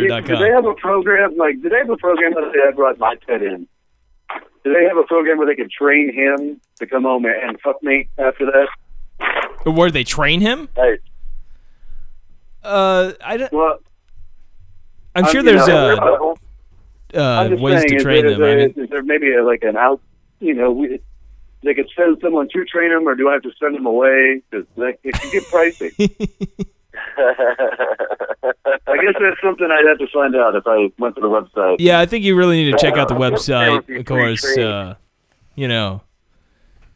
Speaker 4: adultpetfinder.com.
Speaker 7: have a program like? Do they have a program that they had brought my pet in? Do they have a program where they could train him to come home and fuck me after that?
Speaker 4: Where they train him?
Speaker 5: Hey,
Speaker 4: Uh, I don't,
Speaker 7: Well,
Speaker 4: I'm
Speaker 7: I'm-
Speaker 4: sure
Speaker 7: you
Speaker 4: there's
Speaker 7: know,
Speaker 4: uh,
Speaker 5: Bible.
Speaker 4: uh,
Speaker 7: I'm just
Speaker 4: ways
Speaker 7: saying,
Speaker 4: to
Speaker 7: is
Speaker 4: train
Speaker 7: there,
Speaker 4: them. I
Speaker 7: Is there,
Speaker 4: mean,
Speaker 7: is there maybe a, like an out? You know, we, they could send someone to train them, or do I have to send them away? Because it could get pricey. I guess that's something I'd have to find out if I went to the website.
Speaker 4: yeah, I think you really need to check out the website,
Speaker 5: Free
Speaker 4: of course.
Speaker 5: trade.
Speaker 4: Uh, you know,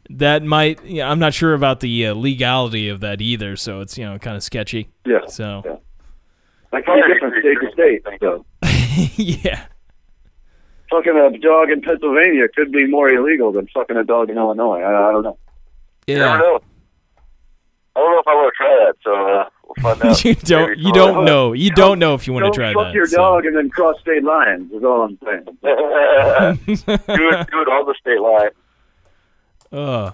Speaker 4: that might. Yeah, I'm not sure about the uh, legality of that either, so it's you know kind of sketchy.
Speaker 7: Yeah.
Speaker 4: So
Speaker 7: Like all different state to state. So
Speaker 4: yeah,
Speaker 7: fucking a dog in Pennsylvania could be more illegal than fucking a dog in Illinois. I, I don't know.
Speaker 5: You never
Speaker 4: yeah.
Speaker 5: know. I don't know if I want to try that, so uh, we'll find
Speaker 4: You don't.
Speaker 5: out. Maybe
Speaker 4: You
Speaker 5: tomorrow.
Speaker 4: don't know. You don't know if you want to try
Speaker 7: Don't fuck
Speaker 4: that.
Speaker 7: your
Speaker 4: so.
Speaker 7: dog and then cross state lines. Is all I'm saying.
Speaker 5: do it. Do it all the state line.
Speaker 4: Uh,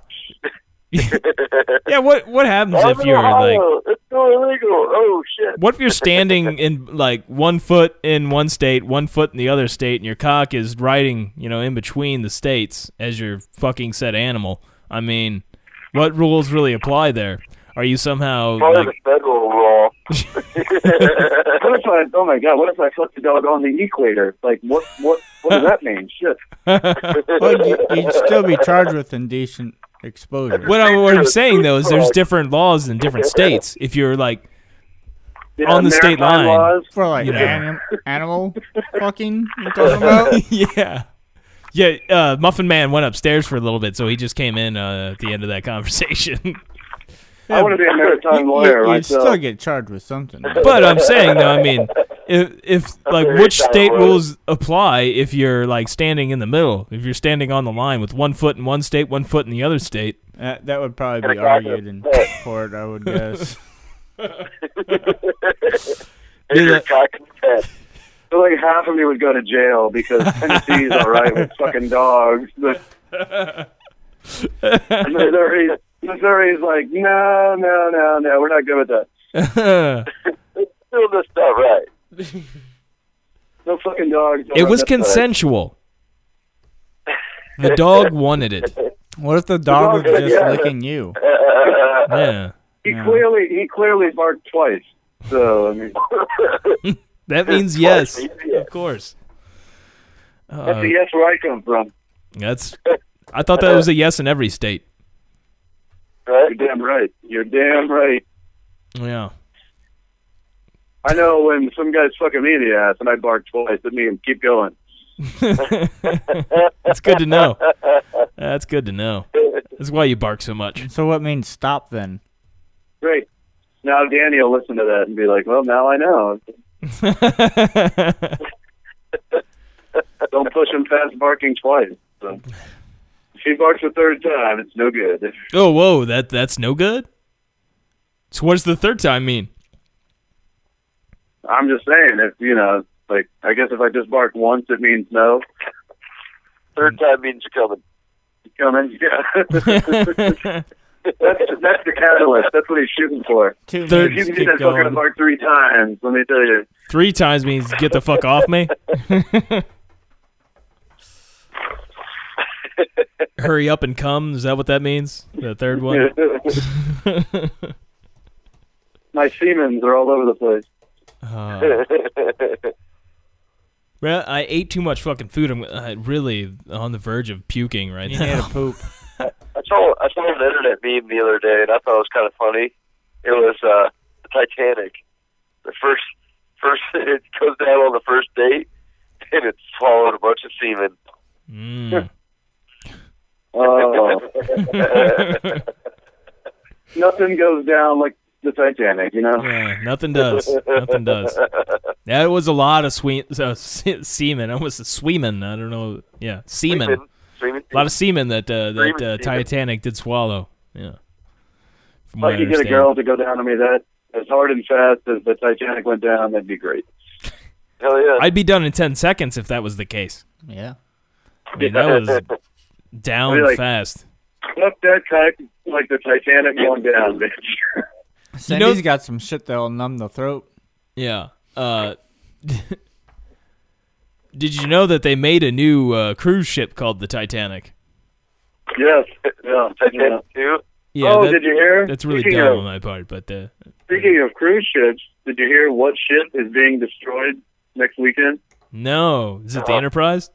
Speaker 4: yeah, what what happens if
Speaker 5: I'm in
Speaker 4: you're like
Speaker 5: Ohio. it's so illegal. Oh shit!
Speaker 4: what if you're standing in like one foot in one state, one foot in the other state, and your cock is riding, you know, in between the states as your fucking said animal? I mean, what rules really apply there? Are you somehow
Speaker 5: Probably
Speaker 4: like
Speaker 5: the federal law.
Speaker 7: What if I? Oh my god! What if I fucked a dog on the equator? Like what? What? What does that mean? Shit.
Speaker 6: Well, you, you'd still be charged with indecent exposure.
Speaker 4: what, I, what I'm saying though is there's different laws in different states. If you're like
Speaker 7: Yeah,
Speaker 4: On the state
Speaker 7: maritime
Speaker 4: line.
Speaker 7: laws.
Speaker 6: For like
Speaker 4: You know.
Speaker 6: anim- animal fucking, you talking about?
Speaker 4: yeah. Yeah, uh, Muffin Man went upstairs for a little bit, so he just came in uh, at the end of that conversation.
Speaker 7: I want to be a maritime
Speaker 6: You-
Speaker 7: lawyer,
Speaker 6: you,
Speaker 7: right?
Speaker 6: would
Speaker 7: So,
Speaker 6: still get charged with something.
Speaker 4: but I'm saying though, I mean, if if like
Speaker 5: very
Speaker 4: which
Speaker 5: shallow
Speaker 4: state
Speaker 5: road.
Speaker 4: rules apply if you're like standing in the middle, if you're standing on the line with one foot in one state, one foot in the other state.
Speaker 6: That, that would probably be
Speaker 5: And a cracker.
Speaker 6: argued in court, I would guess.
Speaker 5: If you're
Speaker 4: that-
Speaker 5: cocking the pen.
Speaker 7: so, like half of me would go to jail because Tennessee's all right with fucking dogs, but and Missouri, Missouri's like, no, no, no, no, we're not good with that.
Speaker 4: it
Speaker 5: Still this stuff right.
Speaker 7: No fucking dogs.
Speaker 4: was
Speaker 7: no rubber dogs.
Speaker 4: consensual. The dog wanted it.
Speaker 6: What if the dog was just licking you?
Speaker 4: Yeah.
Speaker 7: He clearly, he clearly barked twice. So I mean,
Speaker 4: That means yes. Of course.
Speaker 7: that's the yes where I come from.
Speaker 4: That's I thought that was a yes in every state.
Speaker 7: You're damn right. You're damn right.
Speaker 4: Yeah.
Speaker 7: I know when some guy's fucking me in the ass and I bark twice at me and keep going.
Speaker 4: That's good to know. That's good to know. That's why you bark so much.
Speaker 6: So what means stop then?
Speaker 7: Great. Now Danny will listen to that and be like, well, now I know. Don't push him past barking twice. So. If he barks a third time, it's no good.
Speaker 4: Oh, whoa, that that's no good. So what does the third time mean?
Speaker 7: I'm just saying, if, you know, like, I guess if I just bark once, it means no.
Speaker 5: Third time means you're coming.
Speaker 7: Come in, yeah.
Speaker 4: yeah,
Speaker 7: That's that's the catalyst. That's what he's shooting for.
Speaker 6: Two
Speaker 4: Third-
Speaker 7: If you
Speaker 6: minutes.
Speaker 7: can
Speaker 4: Keep
Speaker 7: get that
Speaker 4: going.
Speaker 7: fucking mark three times, let me tell you.
Speaker 4: Three times means get the fuck off me. Hurry up and come. Is that what that means? The third one.
Speaker 7: My Siemens are all over the place.
Speaker 4: Uh, well, I ate too much fucking food. I'm uh, really on the verge of puking right
Speaker 6: You
Speaker 4: now.
Speaker 6: need a poop.
Speaker 5: I saw I saw an internet meme the other day, and I thought it was kind of funny. It was uh, the Titanic. The first first it goes down on the first date, and it swallowed a bunch of semen.
Speaker 4: Mm.
Speaker 7: Oh, nothing goes down like the Titanic, you know.
Speaker 4: Yeah, nothing does. Nothing does. That was a lot of swe- uh, se- semen. Almost a sweeman. I don't know. Yeah, semen.
Speaker 5: Semen. Semen.
Speaker 4: A lot of semen that uh, that
Speaker 5: Semen,
Speaker 4: uh,
Speaker 5: semen.
Speaker 4: Titanic did swallow. Yeah. From
Speaker 7: If I
Speaker 4: what I
Speaker 7: could get a
Speaker 4: understand.
Speaker 7: girl to go down to me that as hard and fast as the Titanic went down, that'd be great.
Speaker 5: Hell yeah!
Speaker 4: I'd be done in ten seconds if that was the case.
Speaker 6: Yeah.
Speaker 4: I mean, that was down
Speaker 7: I'd be like-
Speaker 4: fast.
Speaker 7: Flip that kite like the Titanic going down, bitch.
Speaker 6: Sandy's
Speaker 4: know-
Speaker 6: got some shit that'll numb the throat.
Speaker 4: Yeah. Uh, did you know that they made a new uh, cruise ship called the Titanic?
Speaker 7: yes. Yeah. yeah.
Speaker 5: Titanic two.
Speaker 4: Yeah.
Speaker 7: oh,
Speaker 4: that-
Speaker 7: did you hear?
Speaker 4: That's really
Speaker 7: Speaking
Speaker 4: dumb
Speaker 7: of-
Speaker 4: on my part, but uh,
Speaker 7: Speaking of cruise ships, did you hear what ship is being destroyed next weekend?
Speaker 4: no. Is it the
Speaker 5: Uh-huh.
Speaker 4: Enterprise?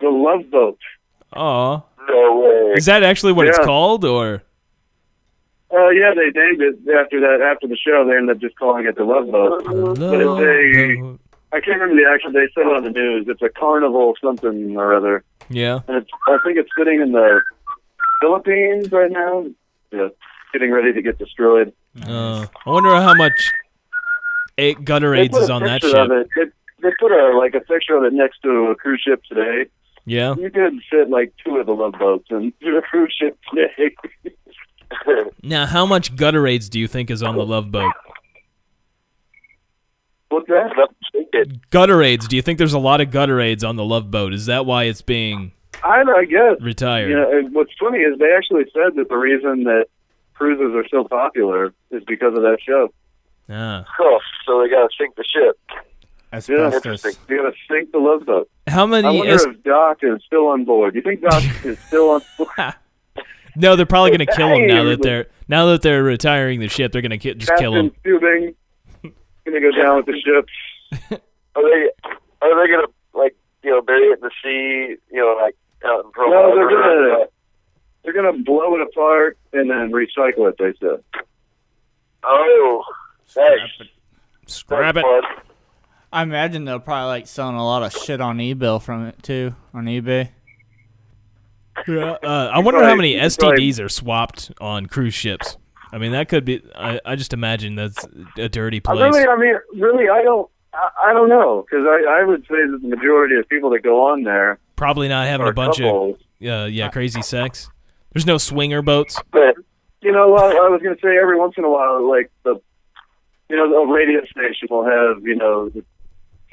Speaker 7: The Love Boat.
Speaker 4: Oh,
Speaker 5: No way.
Speaker 4: is that actually what it's
Speaker 7: Yeah.
Speaker 4: called? Or
Speaker 7: Oh yeah, they named it after that. After the show, they ended up just calling it the Love Boat.
Speaker 4: Hello?
Speaker 7: I can't remember the actual. They said it on the news. It's a carnival something or other,
Speaker 4: yeah.
Speaker 7: and it's, I think it's sitting in the Philippines right now. Yeah, getting ready to get destroyed.
Speaker 4: Uh, I wonder how much eight
Speaker 7: They
Speaker 4: Gutterades
Speaker 7: put
Speaker 4: is
Speaker 7: a
Speaker 4: on that
Speaker 7: picture
Speaker 4: ship.
Speaker 7: of it. They, they put a like a picture of it next to a cruise ship today.
Speaker 4: Yeah.
Speaker 7: You could fit like two of the Love Boats in a cruise ship today.
Speaker 4: Now, how much Gutterades do you think is on the Love Boat?
Speaker 7: What's that?
Speaker 4: Gutterades. Do you think there's a lot of Gutterades on the Love Boat? Is that why it's being
Speaker 7: I don't I guess.
Speaker 4: retired?
Speaker 7: You know, and what's funny is they actually said that the reason that cruises are so popular is because of that show.
Speaker 4: Ah.
Speaker 5: Oh, so they gotta sink the ship.
Speaker 6: Asbestos.
Speaker 5: interesting.
Speaker 7: You gotta sink the love boat.
Speaker 4: How
Speaker 7: I
Speaker 4: many?
Speaker 7: wonder
Speaker 4: es-
Speaker 7: if Doc is still on board. You think Doc is still on board?
Speaker 4: no, they're probably going to kill them now that
Speaker 7: Hey.
Speaker 4: they're now that they're retiring the ship. They're going to ki- just kill
Speaker 7: Captain
Speaker 4: them.
Speaker 7: Tubing gonna go down with the ship.
Speaker 5: Are they are they gonna like you know bury it in the sea? You know, like out in Pearl
Speaker 7: No, they're
Speaker 5: Harbor?
Speaker 7: gonna they're gonna blow it apart and then recycle it. They said.
Speaker 5: Oh, that's,
Speaker 4: Scrap
Speaker 5: that's
Speaker 4: it.
Speaker 5: fun.
Speaker 6: I imagine they'll probably like selling a lot of shit on eBay from it too. On eBay.
Speaker 4: Uh, I wonder how
Speaker 7: Right,
Speaker 4: many
Speaker 7: right.
Speaker 4: STDs are swapped on cruise ships. I mean, that could be. I, I just imagine that's a dirty
Speaker 7: I
Speaker 4: place.
Speaker 7: Really, I mean, really, I don't. I, I don't know because I, I would say that the majority of people that go on there
Speaker 4: Probably not having
Speaker 7: are
Speaker 4: a bunch of
Speaker 7: couples.
Speaker 4: uh, yeah crazy sex. There's no swinger boats.
Speaker 5: But
Speaker 7: you know, I, I was going to say every once in a while, like the, you know, the radio station will have, you know, the,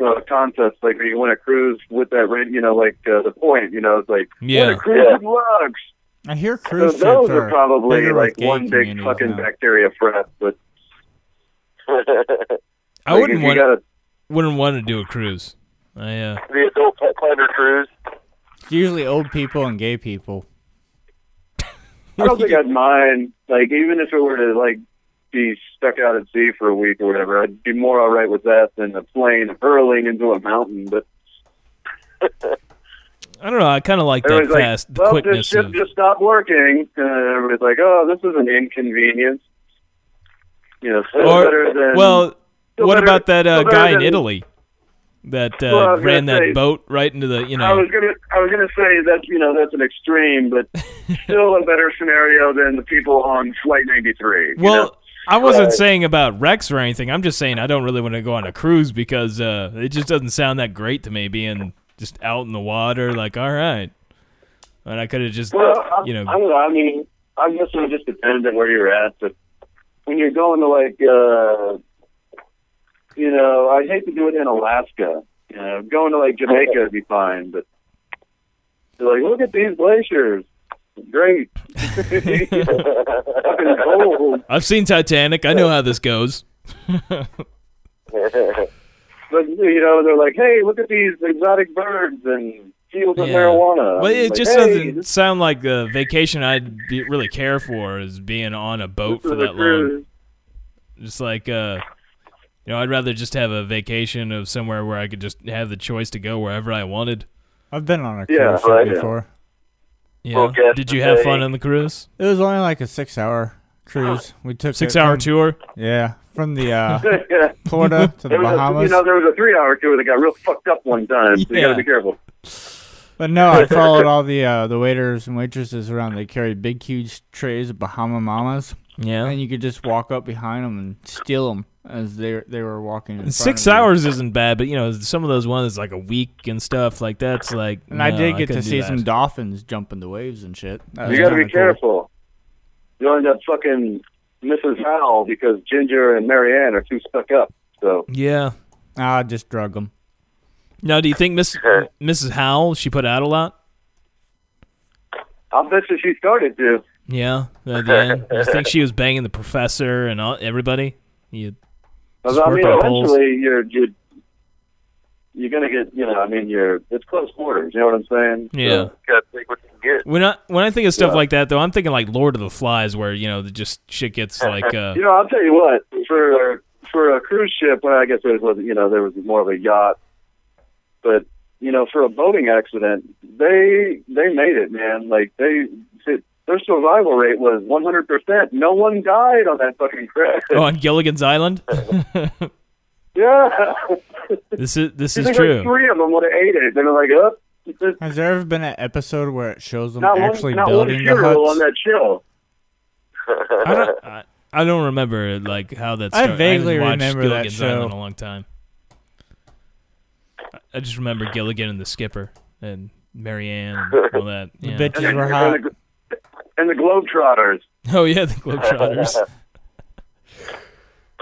Speaker 7: uh, contests like where you win a cruise with that, radio, you know, like uh, the point, you know, it's like win
Speaker 4: Yeah.
Speaker 7: a cruise
Speaker 5: Yeah.
Speaker 7: with lugs.
Speaker 6: I hear
Speaker 7: So
Speaker 6: cruise ships
Speaker 7: those are probably
Speaker 6: bigger
Speaker 7: like
Speaker 6: with gay
Speaker 7: one big
Speaker 6: communities
Speaker 7: fucking
Speaker 6: now.
Speaker 7: bacteria fret. But
Speaker 4: I
Speaker 7: like,
Speaker 4: wouldn't
Speaker 7: if you
Speaker 4: want
Speaker 7: gotta-
Speaker 4: wouldn't want to do a cruise. I uh,
Speaker 5: the adult pet finder cruise.
Speaker 6: Usually old people and gay people.
Speaker 7: I don't think I'd mind. Like even if it were to like be stuck out at sea for a week or whatever, I'd be more all right with that than a plane hurling into a mountain. But
Speaker 4: I don't know. I kind of like that
Speaker 7: Everybody's like,
Speaker 4: fast, the
Speaker 7: well, this
Speaker 4: quickness
Speaker 7: ship
Speaker 4: of
Speaker 7: just stopped working. And everybody's like, oh, this is an inconvenience. You know, still
Speaker 4: Or-
Speaker 7: better than
Speaker 4: Well,
Speaker 7: Still
Speaker 4: what
Speaker 7: better-
Speaker 4: about that uh,
Speaker 7: still better
Speaker 4: guy in
Speaker 7: than-
Speaker 4: Italy that uh,
Speaker 7: Well, I was
Speaker 4: ran that
Speaker 7: gonna say-
Speaker 4: boat right into the you
Speaker 7: I
Speaker 4: know?
Speaker 7: was gonna, I was gonna say that you know that's an extreme, but still a better scenario than the people on Flight 93. you
Speaker 4: well,
Speaker 7: know?
Speaker 4: I wasn't
Speaker 5: Right.
Speaker 4: saying about Rex or anything. I'm just saying I don't really want to go on a cruise because uh, it just doesn't sound that great to me being just out in the water. Like, all right, and I could have just
Speaker 7: Well, I,
Speaker 4: you know,
Speaker 7: I, don't know, I mean, I guess it just depends on where you're at. But when you're going to like, uh, you know, I hate to do it in Alaska. You know, going to like Jamaica would be fine, but they're like, look at these glaciers. Great. Fucking gold.
Speaker 4: I've seen Titanic. I know how this goes.
Speaker 7: But you know, they're like, hey, look at these exotic birds and fields of
Speaker 4: Yeah.
Speaker 7: marijuana.
Speaker 4: Well, it
Speaker 7: Like,
Speaker 4: just
Speaker 7: hey,
Speaker 4: doesn't
Speaker 7: this
Speaker 4: sound like a vacation I'd be, really care for is being on a boat
Speaker 7: is
Speaker 4: for
Speaker 7: a
Speaker 4: that long.
Speaker 7: cruise.
Speaker 4: Just like uh you know, I'd rather just have a vacation of somewhere where I could just have the choice to go wherever I wanted.
Speaker 6: I've been on a cruise
Speaker 7: Yeah,
Speaker 6: ship
Speaker 5: right, yeah.
Speaker 6: before.
Speaker 4: You
Speaker 5: Well,
Speaker 4: know?
Speaker 5: guess
Speaker 4: Did you have
Speaker 5: they-
Speaker 4: fun on the cruise?
Speaker 6: It was only like a six-hour cruise. We took
Speaker 4: Six
Speaker 6: it
Speaker 4: hour
Speaker 6: from-
Speaker 4: tour?
Speaker 6: Yeah, from the uh,
Speaker 7: yeah.
Speaker 6: Florida to the
Speaker 7: There was a, you
Speaker 6: Bahamas.
Speaker 7: know, there was a three-hour tour that got real fucked up one time. So you
Speaker 4: Yeah.
Speaker 7: got to be careful.
Speaker 6: But no, I followed all the uh, the waiters and waitresses around. They carried big, huge trays of Bahama Mamas,
Speaker 4: Yeah.
Speaker 6: and you could just walk up behind them and steal them as they they were walking. In front
Speaker 4: Six
Speaker 6: of you.
Speaker 4: hours isn't bad, but you know, some of those ones like a week and stuff like that's like
Speaker 6: And I
Speaker 4: no,
Speaker 6: did get to
Speaker 4: couldn't do
Speaker 6: see
Speaker 4: that.
Speaker 6: some dolphins jumping the waves and shit. That was
Speaker 7: You got to be
Speaker 6: kinda cool.
Speaker 7: careful. You'll end up fucking Mrs. Howell because Ginger and Marianne are too stuck up. So
Speaker 4: Yeah.
Speaker 6: Ah, just drug them.
Speaker 4: Now do you think Miss Mrs. Howell, she put out a lot?
Speaker 7: I'll bet you she started to.
Speaker 4: Yeah, at the end. You think she was banging the professor and all, everybody? You,
Speaker 7: Because
Speaker 4: Just
Speaker 7: I
Speaker 4: work
Speaker 7: mean,
Speaker 4: on polls.
Speaker 7: eventually you're you're you're gonna get you know. I mean, you're it's close quarters. You know what I'm saying?
Speaker 4: yeah.
Speaker 7: So,
Speaker 5: Gotta take what you can get.
Speaker 4: When I when I think of stuff
Speaker 7: Yeah.
Speaker 4: like that, though, I'm thinking like Lord of the Flies, where you know the just shit gets like uh,
Speaker 7: you know, I'll tell you what. For for a cruise ship, well, I guess it was you know there was more of a yacht, but you know for a boating accident, they they made it, man. Like they. their survival rate was 100%. No one died on that fucking crash.
Speaker 4: oh, on Gilligan's Island.
Speaker 7: Yeah.
Speaker 4: this is this is
Speaker 7: There's Like
Speaker 4: true.
Speaker 7: three of them would have ate it. They were like, oh,
Speaker 6: Has there ever been an episode where it shows them
Speaker 7: not
Speaker 6: actually
Speaker 7: one, not one
Speaker 6: building the
Speaker 7: funeral on
Speaker 6: huts?
Speaker 7: that chill.
Speaker 4: I don't I, I don't remember like how that.
Speaker 6: I
Speaker 4: Started.
Speaker 6: vaguely
Speaker 4: haven't watched
Speaker 6: remember that
Speaker 4: Gilligan's
Speaker 6: show.
Speaker 4: Island in a long time. I- I just remember Gilligan and the skipper and Marianne and all that.
Speaker 6: The
Speaker 4: Yeah.
Speaker 6: bitches were hot.
Speaker 7: And the, and the Globetrotters.
Speaker 4: Oh yeah, the Globetrotters.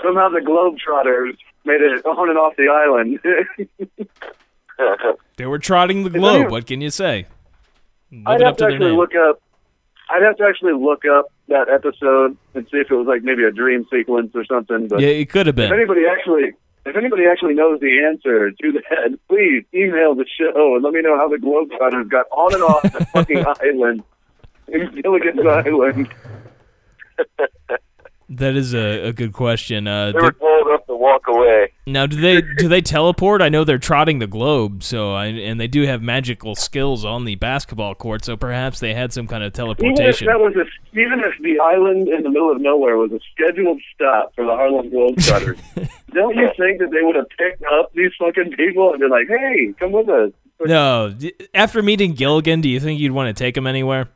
Speaker 7: Somehow the Globetrotters made it on and off the island.
Speaker 4: they were trotting the
Speaker 7: there-
Speaker 4: globe. What can you say?
Speaker 7: I'd
Speaker 4: Living
Speaker 7: have
Speaker 4: up to
Speaker 7: to,
Speaker 4: their
Speaker 7: actually
Speaker 4: name.
Speaker 7: look up. I'd have to actually look up that episode and see if it was like maybe a dream sequence or something. But
Speaker 4: Yeah, it could have
Speaker 7: if
Speaker 4: been.
Speaker 7: anybody actually, if anybody actually knows the answer to that, please email the show and let me know how the Globetrotters got on and off the fucking island in Gilligan's Island.
Speaker 4: That is a, a good question. Uh,
Speaker 5: They were
Speaker 4: did-
Speaker 5: told up to walk away.
Speaker 4: now, do they do they teleport? I know they're trotting the globe, so I, and they do have magical skills on the basketball court. So perhaps they had some kind of
Speaker 7: Even if
Speaker 4: teleportation.
Speaker 7: that was a, even if the island in the middle of nowhere was a scheduled stop for the Harlem Globetrotters, don't you think that they would have picked up these fucking people and been like, "Hey, come with us"?
Speaker 4: No, d- after meeting Gilligan, do you think you'd want to take him anywhere?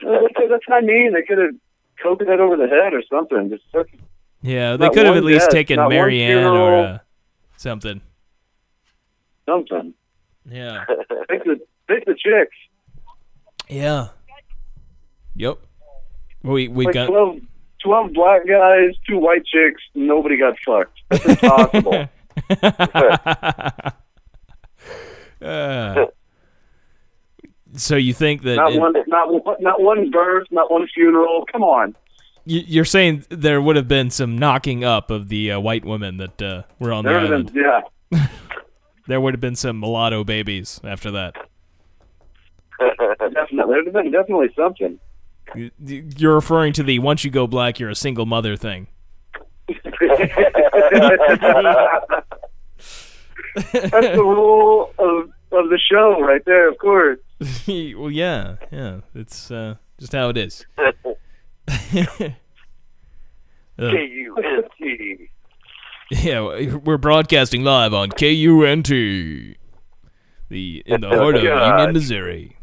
Speaker 7: Because that's what I mean. They could have coated it over the head or something. Just fucking-
Speaker 4: Yeah, they
Speaker 7: Not
Speaker 4: could have
Speaker 7: one
Speaker 4: at least
Speaker 7: death,
Speaker 4: taken
Speaker 7: not one
Speaker 4: Marianne or
Speaker 7: funeral.
Speaker 4: uh, something.
Speaker 7: something.
Speaker 4: Yeah,
Speaker 7: Pick the pick the chicks.
Speaker 4: yeah. Yep. We we
Speaker 7: Like
Speaker 4: got.
Speaker 7: twelve, twelve black guys, two white chicks. Nobody got fucked. That's impossible.
Speaker 4: Uh, so you think that
Speaker 7: not
Speaker 4: it-
Speaker 7: one. Not one. Not one birth. Not one funeral. Come on.
Speaker 4: you- you're saying there would have been some knocking up of the uh, white women that uh, were on the
Speaker 7: There
Speaker 4: island.
Speaker 7: would've been- yeah.
Speaker 4: There would have been some mulatto babies after that.
Speaker 7: Definitely, there's been definitely something.
Speaker 4: You- You're referring to the once you go black, you're a single mother thing.
Speaker 7: That's the rule of of the show, right there. Of course.
Speaker 4: well, yeah, yeah, it's uh, just how it is. Uh,
Speaker 5: K-U-N-T.
Speaker 4: Yeah, we're broadcasting live on KUNT, the in the heart of
Speaker 5: God.
Speaker 4: Union, Missouri,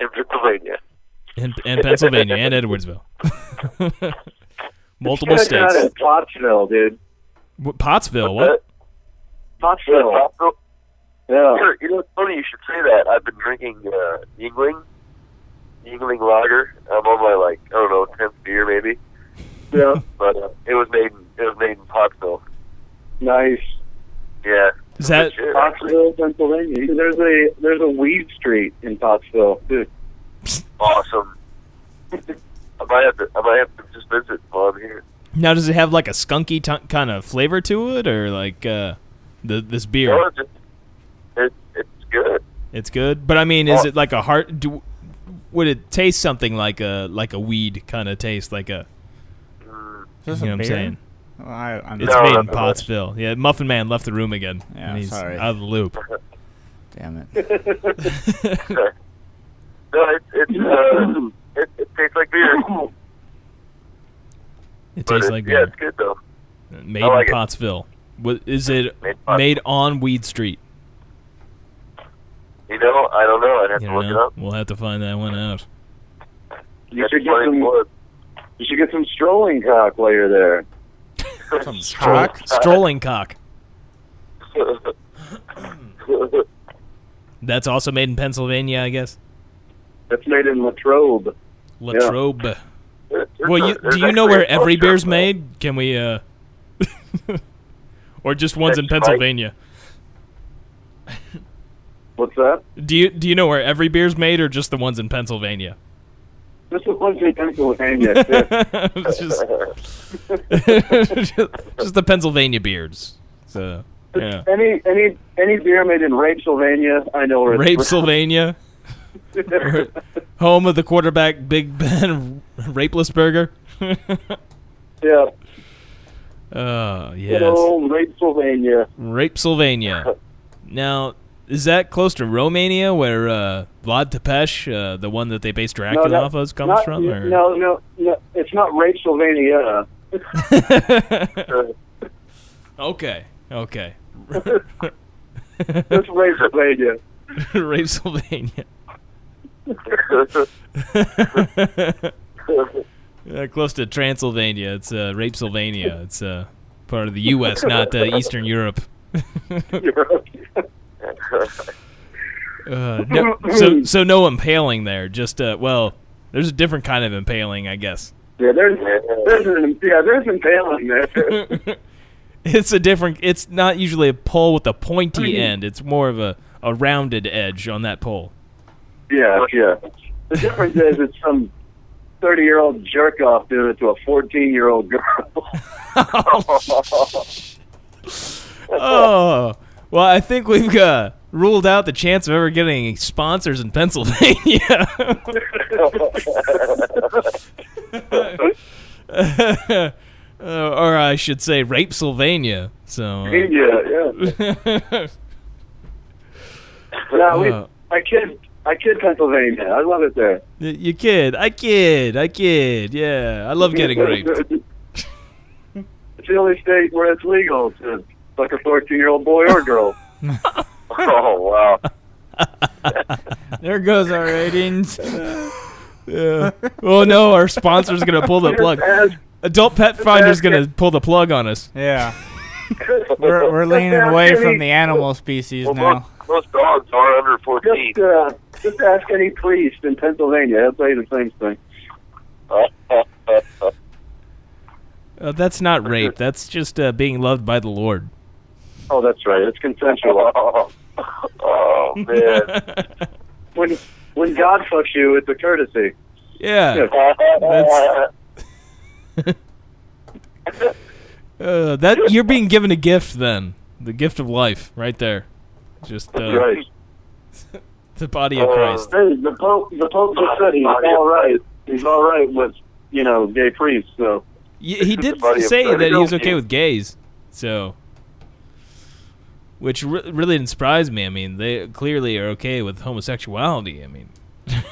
Speaker 5: In Pennsylvania.
Speaker 4: and, and Pennsylvania, and Edwardsville, multiple
Speaker 7: Check out
Speaker 4: states.
Speaker 7: at Pottsville, dude.
Speaker 4: What, Pottsville,
Speaker 5: Uh,
Speaker 4: what?
Speaker 7: Pottsville. Yeah.
Speaker 5: Sure, you know, it's funny you should say that. I've been drinking uh, Yingling, Yingling Lager. I'm on my like I don't know tenth beer maybe,
Speaker 7: Yeah.
Speaker 5: but uh, it was made in, it was made in Pottsville.
Speaker 7: Nice.
Speaker 5: Yeah,
Speaker 4: Is that
Speaker 5: Legit.
Speaker 7: Pottsville, Pennsylvania. There's a there's a weed street in Pottsville. Dude,
Speaker 5: Awesome. I might have to. I might have to just visit while I'm here.
Speaker 4: Now, does it have like a skunky t- kind of flavor to it, or like uh, the this beer?
Speaker 5: No, it's, just, it, it's good.
Speaker 4: It's good, but I mean, is
Speaker 5: Oh.
Speaker 4: it like a heart? Do, would it taste something like a like a weed kind of taste, like a
Speaker 5: Mm,
Speaker 6: Is this
Speaker 4: you know what
Speaker 6: a
Speaker 4: I'm
Speaker 6: beer?
Speaker 4: saying?
Speaker 6: Well, I, I'm
Speaker 4: It's
Speaker 5: No,
Speaker 4: made
Speaker 5: not
Speaker 4: in
Speaker 5: that much.
Speaker 4: Pottsville. Yeah, Muffin Man left the room again.
Speaker 6: Yeah,
Speaker 4: and he's
Speaker 6: sorry.
Speaker 4: out of the loop.
Speaker 6: Damn it.
Speaker 5: no, it, it's uh, it, it tastes like beer.
Speaker 4: It
Speaker 5: but
Speaker 4: tastes
Speaker 5: it-
Speaker 4: like
Speaker 5: yeah,
Speaker 4: beer.
Speaker 5: it's good though.
Speaker 4: Made
Speaker 5: I like
Speaker 4: in
Speaker 5: it.
Speaker 4: Pottsville. What is it
Speaker 5: Made in Pottsville.
Speaker 4: made on Weed Street?
Speaker 5: You know, I don't know. I'd have
Speaker 4: You
Speaker 5: to
Speaker 4: don't
Speaker 5: look
Speaker 4: know?
Speaker 5: it up.
Speaker 4: We'll have to find that one out.
Speaker 7: you
Speaker 5: That's
Speaker 7: should get
Speaker 5: funny
Speaker 7: some
Speaker 5: blood.
Speaker 7: you should get some strolling cock while you're there.
Speaker 6: Some
Speaker 4: Stroll,
Speaker 6: cock.
Speaker 4: strolling cock. That's also made in Pennsylvania, I guess.
Speaker 7: That's made in Latrobe.
Speaker 4: Latrobe.
Speaker 5: There's
Speaker 4: Well,
Speaker 5: a-
Speaker 4: you,
Speaker 5: there's
Speaker 4: do you know
Speaker 5: actually a
Speaker 4: where every
Speaker 5: coffee shop
Speaker 4: beer's
Speaker 5: now.
Speaker 4: made? Can we, uh, or just ones in
Speaker 5: That's right.
Speaker 4: Pennsylvania?
Speaker 7: What's that?
Speaker 4: Do you do you know where every beer's made, or just the ones in Pennsylvania?
Speaker 7: This is one thing Pennsylvania. too.
Speaker 4: It's just, just the Pennsylvania beards. So yeah,
Speaker 7: Any any any beer made in Rapesylvania, I know where it's
Speaker 4: Rape Sylvania, home of the quarterback Big Ben Rapeless Burger.
Speaker 7: yeah.
Speaker 4: Oh
Speaker 7: Good
Speaker 4: yes,
Speaker 7: old Rapesylvania.
Speaker 4: Rape Sylvania. Now. Is that close to Romania, where uh, Vlad Tepes, uh, the one that they based Dracula
Speaker 7: that-
Speaker 4: off of, comes
Speaker 7: Not,
Speaker 4: from? Or?
Speaker 7: no, no, no. It's not Rapesylvania.
Speaker 4: okay. Okay.
Speaker 7: It's Rapesylvania.
Speaker 4: Rapesylvania. uh, close to Transylvania. It's uh, Rapesylvania. It's uh, part of the U.S., not uh, Eastern Europe. Uh, no, so, so no impaling there. Just uh, well, there's a different kind of impaling, I guess.
Speaker 7: Yeah, there's there's an, yeah there's impaling there.
Speaker 4: It's a different. It's not usually a pole with a pointy end. It's more of a, a rounded edge on that pole.
Speaker 7: Yeah, yeah. The difference is it's some thirty year old jerk off doing it to a fourteen year old girl.
Speaker 4: Oh, well, I think we've uh, ruled out the chance of ever getting any sponsors in Pennsylvania. uh, or I should say, Rape Sylvania. So, uh,
Speaker 7: yeah, yeah. No, we,
Speaker 4: Uh.
Speaker 7: I kid I kid Pennsylvania. I love it there.
Speaker 4: you kid. I kid. I kid. Yeah. I love getting raped.
Speaker 7: it's the only state where it's legal to fuck a fourteen year old boy or girl.
Speaker 5: Oh wow!
Speaker 6: There goes our ratings.
Speaker 4: Yeah. Oh, no. Our sponsor's going to pull the plug.
Speaker 7: As
Speaker 4: Adult Pet Finder's going to pull the plug on us.
Speaker 6: Yeah. We're, we're leaning away from the animal species
Speaker 5: Well,
Speaker 6: now.
Speaker 5: most, most dogs are under fourteen.
Speaker 7: just uh, just ask any priest in Pennsylvania. They'll tell you the same thing.
Speaker 4: Uh, that's not rape. That's just uh, being loved by the Lord.
Speaker 7: Oh, that's right. It's consensual.
Speaker 5: oh, oh man!
Speaker 7: when when God fucks you, it's a courtesy.
Speaker 4: Yeah. Uh, that you're being given a gift then. The gift of life right there. Just uh,
Speaker 7: Right.
Speaker 4: the body of
Speaker 5: Uh,
Speaker 4: Christ.
Speaker 7: Hey, the Pope, the Pope just said he's all right. He's all right with you know gay priests. So
Speaker 4: Y- he did
Speaker 5: body of
Speaker 4: say
Speaker 5: Christ.
Speaker 4: that he's okay with gays. So which re- really didn't surprise me. I mean, they clearly are okay with homosexuality. I mean,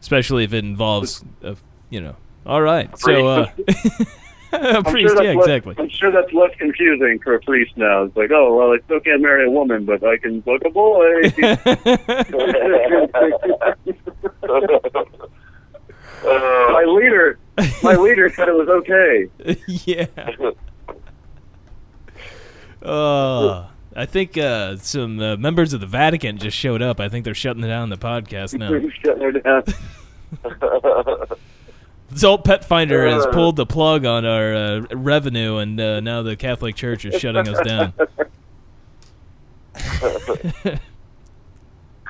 Speaker 4: especially if it involves a, you know. All right. So uh a
Speaker 7: I'm
Speaker 4: priest,
Speaker 7: sure that's
Speaker 4: yeah,
Speaker 7: less,
Speaker 4: exactly.
Speaker 7: I'm sure that's less confusing for a priest now. It's like, oh well, I still can't marry a woman, but I can fuck a boy. my leader, my leader said it was okay.
Speaker 4: yeah. Uh, I think uh, some uh, members of the Vatican just showed up. I think they're shutting down the podcast now.
Speaker 7: Shutting her down.
Speaker 4: Zolt Pet Finder has pulled the plug on uh, our uh, revenue, and uh, now the Catholic Church is shutting us down.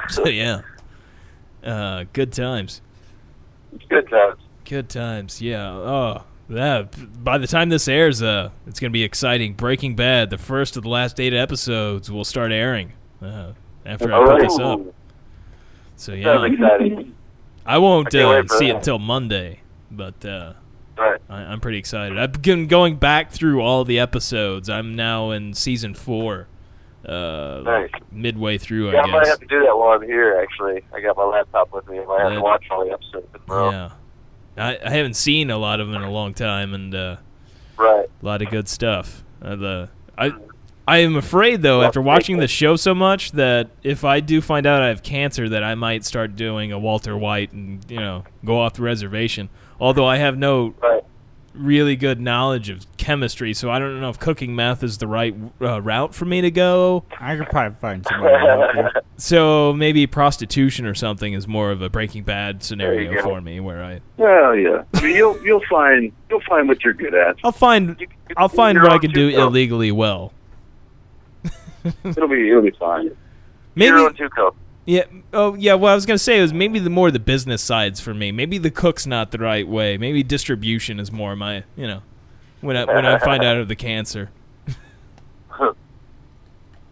Speaker 4: So yeah, uh, good times.
Speaker 5: It's good times.
Speaker 4: Good times, yeah. Oh, that. By the time this airs, uh, it's gonna be exciting. Breaking Bad, the first of the last eight episodes, will start airing uh, after I put this up.
Speaker 5: Ooh,
Speaker 4: So
Speaker 5: Oh. That's
Speaker 4: yeah,
Speaker 5: exciting.
Speaker 4: I won't
Speaker 5: I can't
Speaker 4: uh,
Speaker 5: wait for
Speaker 4: see it
Speaker 5: that.
Speaker 4: until Monday, but uh,
Speaker 5: All right.
Speaker 4: I, I'm pretty excited. I've been going back through all the episodes. I'm now in season four, uh, like
Speaker 5: Nice.
Speaker 4: midway through,
Speaker 5: Yeah,
Speaker 4: I
Speaker 5: I might
Speaker 4: guess.
Speaker 5: have to do that while I'm here. Actually, I got my laptop with me. I might have
Speaker 4: Yeah.
Speaker 5: to watch all the episodes tomorrow.
Speaker 4: Yeah, I, I haven't seen a lot of them in a long time, and. Uh,
Speaker 5: Right.
Speaker 4: A lot of good stuff. Uh, the I I am afraid though after watching the show so much that if I do find out I have cancer that I might start doing a Walter White and you know go off the reservation. Although I have no
Speaker 5: Right.
Speaker 4: really good knowledge of chemistry, so I don't know if cooking math is the right uh, route for me to go.
Speaker 6: I could probably find somebody. to help you.
Speaker 4: So maybe prostitution or something is more of a Breaking Bad
Speaker 5: go.
Speaker 4: scenario for me, where I
Speaker 7: Well, yeah. I mean, you'll you'll find you'll find what you're good at.
Speaker 4: I'll find
Speaker 5: You- you-
Speaker 4: I'll find
Speaker 5: you're
Speaker 4: what I
Speaker 5: on
Speaker 4: can do
Speaker 5: two- oh,
Speaker 4: illegally well.
Speaker 7: It'll be it'll be fine.
Speaker 4: Maybe
Speaker 5: You're on two cup.
Speaker 4: Yeah. Oh, yeah. What I was gonna say was maybe the more the business sides for me. Maybe the cook's not the right way. Maybe distribution is more my. You know, when I when I find out of the cancer.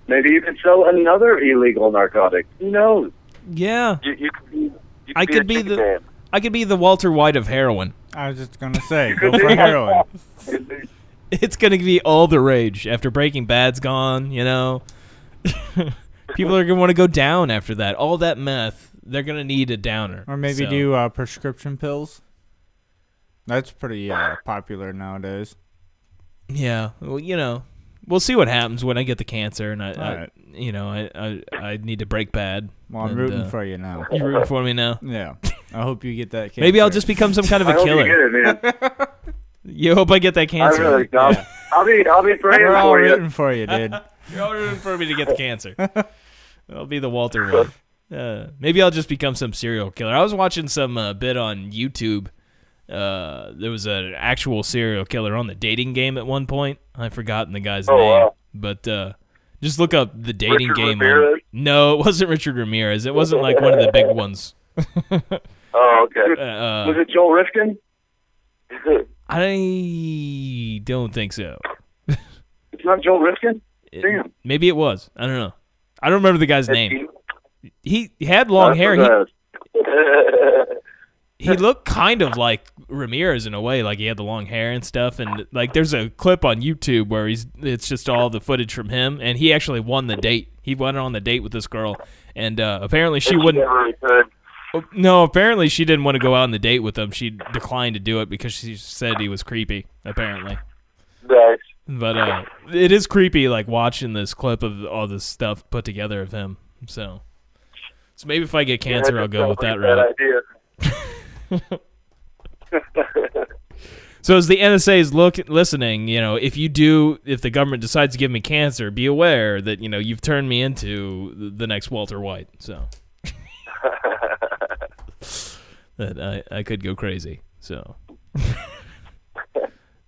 Speaker 7: Maybe you can sell another illegal narcotic. Who knows?
Speaker 4: Yeah,
Speaker 5: You, you could be. You could
Speaker 4: I
Speaker 5: be
Speaker 4: could
Speaker 5: a
Speaker 4: be
Speaker 5: chicken
Speaker 4: the-
Speaker 5: man.
Speaker 4: I could be the Walter White of heroin.
Speaker 6: I was just gonna say, go for heroin.
Speaker 4: It's gonna be all the rage after Breaking Bad's gone. You know, people are gonna want to go down after that. All that meth, they're gonna need a downer.
Speaker 6: Or maybe
Speaker 4: So-
Speaker 6: do uh, prescription pills. That's pretty uh, popular nowadays.
Speaker 4: Yeah. Well, you know, we'll see what happens when I get the cancer, and I, I
Speaker 6: Alright.
Speaker 4: you know, I, I I need to break bad.
Speaker 6: Well, I'm
Speaker 4: And,
Speaker 6: rooting
Speaker 4: uh,
Speaker 6: for you now.
Speaker 4: You rooting for me now?
Speaker 6: Yeah, I hope you get that.
Speaker 4: Maybe I'll
Speaker 6: cancer.
Speaker 4: just become some kind of a
Speaker 7: I hope you get
Speaker 4: killer.
Speaker 7: it, man.
Speaker 4: You hope I get that
Speaker 5: I
Speaker 4: cancer.
Speaker 5: really don't.
Speaker 7: I'll be I'll be praying
Speaker 6: We're all
Speaker 7: for you.
Speaker 6: rooting for you, dude.
Speaker 4: You're all rooting for me to get the cancer. I'll be the Walter one. Uh, maybe I'll just become some serial killer. I was watching some uh, bit on YouTube. Uh, there was an actual serial killer on the dating game at one point. I've forgotten the guy's
Speaker 5: Oh,
Speaker 4: name,
Speaker 5: wow.
Speaker 4: but uh, just look up the dating
Speaker 5: Richard
Speaker 4: game. on-
Speaker 5: Ramirez?
Speaker 4: no, it wasn't Richard Ramirez. It wasn't like one of the big ones.
Speaker 5: Oh, okay.
Speaker 4: Uh, uh,
Speaker 7: Was it Joel Rifkin?
Speaker 4: I don't think so.
Speaker 7: It's not Joel Rifkin.
Speaker 4: It-
Speaker 7: Damn.
Speaker 4: Maybe it was. I don't know. I don't remember the guy's name. He, he had long
Speaker 7: That's
Speaker 4: hair. Oh, He,
Speaker 7: what
Speaker 4: he looked kind of like Ramirez in a way, like he had the long hair and stuff. And like, there's a clip on YouTube where he's it's just all the footage from him, and he actually won the date. He went on the date with this girl, and uh, apparently she wouldn't.
Speaker 5: Really could.
Speaker 4: No, apparently she didn't want to go out on the date with him. She declined to do it because she said he was creepy. Apparently.
Speaker 5: Nice.
Speaker 4: But uh, it is creepy, like watching this clip of all this stuff put together of him. So, so maybe if I get cancer, I'll go with that
Speaker 5: Bad
Speaker 4: route.
Speaker 5: idea.
Speaker 4: So, as the NSA is look listening, you know, if you do, if the government decides to give me cancer, be aware that you know you've turned me into th- the next Walter White. So, that I I could go crazy. So.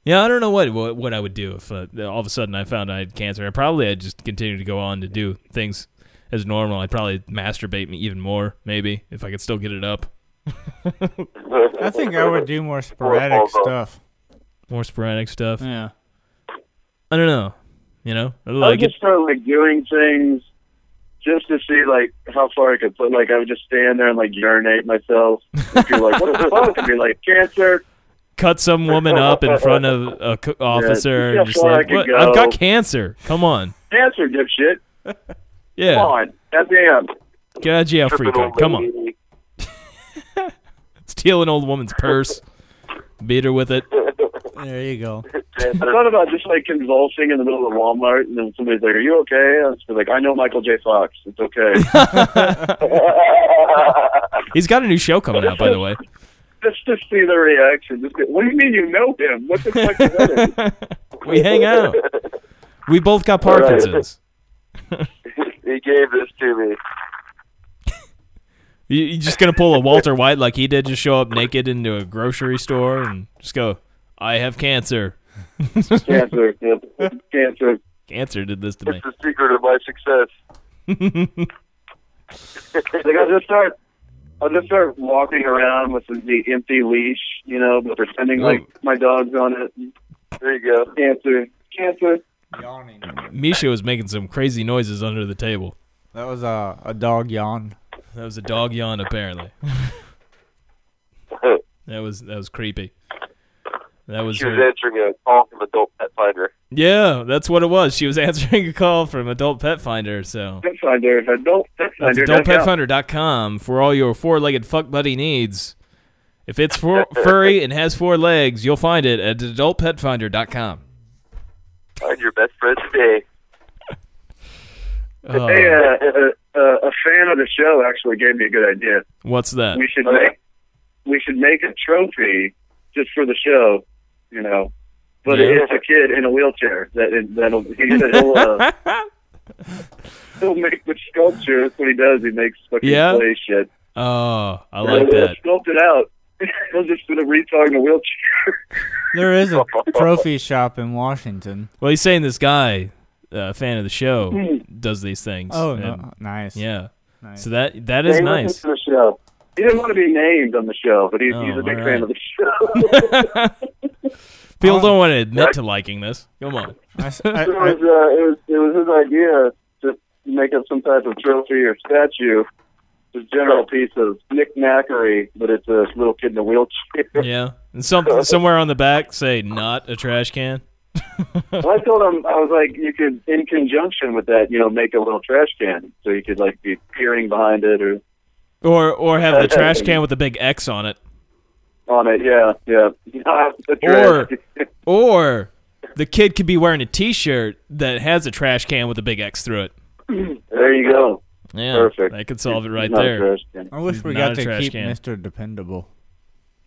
Speaker 4: Yeah, I don't know what what, what I would do if uh, all of a sudden I found I had cancer. I probably I'd just continue to go on to do things as normal. I'd probably masturbate me even more, maybe if I could still get it up.
Speaker 6: I think I would do more sporadic
Speaker 5: Although-
Speaker 6: stuff.
Speaker 4: More sporadic stuff.
Speaker 6: Yeah.
Speaker 4: I don't know. You know, I
Speaker 7: I would
Speaker 4: like it.
Speaker 7: just start like doing things just to see like how far I could put. Like I would just stand there and like urinate myself. If you're like, what the fuck? And be like, cancer.
Speaker 4: cut some woman up in front of a co- officer
Speaker 7: Yeah,
Speaker 4: and just
Speaker 7: before I
Speaker 4: like,
Speaker 7: could
Speaker 4: "What?
Speaker 7: go."
Speaker 4: I've got cancer. Come on,
Speaker 7: Cancer, dipshit.
Speaker 4: yeah,
Speaker 7: Come on. Goddamn.
Speaker 4: get out of jail free card. Come on, steal an old woman's purse, beat her with it.
Speaker 6: There you go.
Speaker 7: I thought about just like convulsing in the middle of Walmart, and then somebody's like, "Are you okay?" I was just like, "I know Michael J. Fox. It's okay."
Speaker 4: He's got a new show coming out, by the way.
Speaker 7: just to see the reaction. Just get, what do you mean you know him? What the fuck is that?
Speaker 4: we hang out. We both got Parkinson's.
Speaker 5: He gave this to me.
Speaker 4: You, you just gonna pull a Walter White like he did, just show up naked into a grocery store and just go, "I have cancer.
Speaker 7: Cancer. Yep. Cancer.
Speaker 4: Cancer did this to me."
Speaker 5: It's the secret of my success.
Speaker 7: Like I'll just start, I'll just start walking around with the empty leash, you know, but pretending like my dog's on it.
Speaker 5: There you go.
Speaker 7: Cancer, cancer.
Speaker 6: Yawning.
Speaker 4: Misha was making some crazy noises under the table.
Speaker 6: That was a a dog yawn.
Speaker 4: That was a dog yawn, apparently. that was that was creepy. That was
Speaker 5: She was
Speaker 4: her-
Speaker 5: answering a call from Adult Pet Finder.
Speaker 4: yeah, that's what it was. She was answering a call from Adult Pet Finder. So
Speaker 7: Pet finder. If I don't, pet
Speaker 4: that's
Speaker 7: finder. check out.
Speaker 4: adultpetfinder.com for all your four-legged fuck buddy needs. If it's fur- furry and has four legs, you'll find it at adultpetfinder.com.
Speaker 5: Find Uh, your best friend today.
Speaker 4: Uh,
Speaker 7: Hey, uh, uh, uh, a fan of the show actually gave me a good idea.
Speaker 4: what's that?
Speaker 7: we should
Speaker 5: Oh, yeah.
Speaker 7: make we should make a trophy just for the show, you know. But
Speaker 4: Yeah.
Speaker 7: it's a kid in a wheelchair that is- that'll he, he'll uh, he'll make the sculpture. That's what he does. He makes fucking
Speaker 4: Yeah.
Speaker 7: clay shit.
Speaker 4: Oh, I like
Speaker 7: He'll
Speaker 4: that.
Speaker 7: Sculpt it out. he'll just put a retard in a wheelchair.
Speaker 6: There is a trophy shop in Washington.
Speaker 4: Well, he's saying this guy, uh, fan of the
Speaker 7: Hmm.
Speaker 4: show, does these things.
Speaker 6: Oh,
Speaker 4: And-
Speaker 6: no. nice.
Speaker 4: yeah.
Speaker 6: Nice.
Speaker 4: So that that is
Speaker 7: Hey, listen
Speaker 4: nice.
Speaker 7: to the show. He didn't want to be named on the show, but he's,
Speaker 4: Oh,
Speaker 7: he's a big
Speaker 4: all right.
Speaker 7: fan of the
Speaker 5: Oh.
Speaker 7: show.
Speaker 4: People don't want to admit to liking this. Come on.
Speaker 6: I s- I-
Speaker 7: it
Speaker 6: I-
Speaker 7: was uh, it was it was his idea to make up some type of trophy or statue, just general piece of knickknackery, but it's a little kid in a wheelchair.
Speaker 4: Yeah. And some somewhere on the back say not a trash can.
Speaker 7: And I told him I was like, you could in conjunction with that, you know, make a little trash can so you could like be peering behind it or
Speaker 4: Or or have the trash can with a big X on it.
Speaker 7: on it. Yeah, yeah. You know, that's the
Speaker 4: Or-
Speaker 7: trash.
Speaker 4: Or the kid could be wearing a t-shirt that has a trash can with a big X through it.
Speaker 7: there you go.
Speaker 4: Yeah.
Speaker 7: Perfect.
Speaker 4: That could solve it right
Speaker 7: Not a
Speaker 4: there.
Speaker 7: trash can.
Speaker 6: I wish we
Speaker 4: Not
Speaker 6: got
Speaker 4: a
Speaker 6: to
Speaker 4: trash
Speaker 6: keep
Speaker 4: can.
Speaker 6: Mr. Dependable.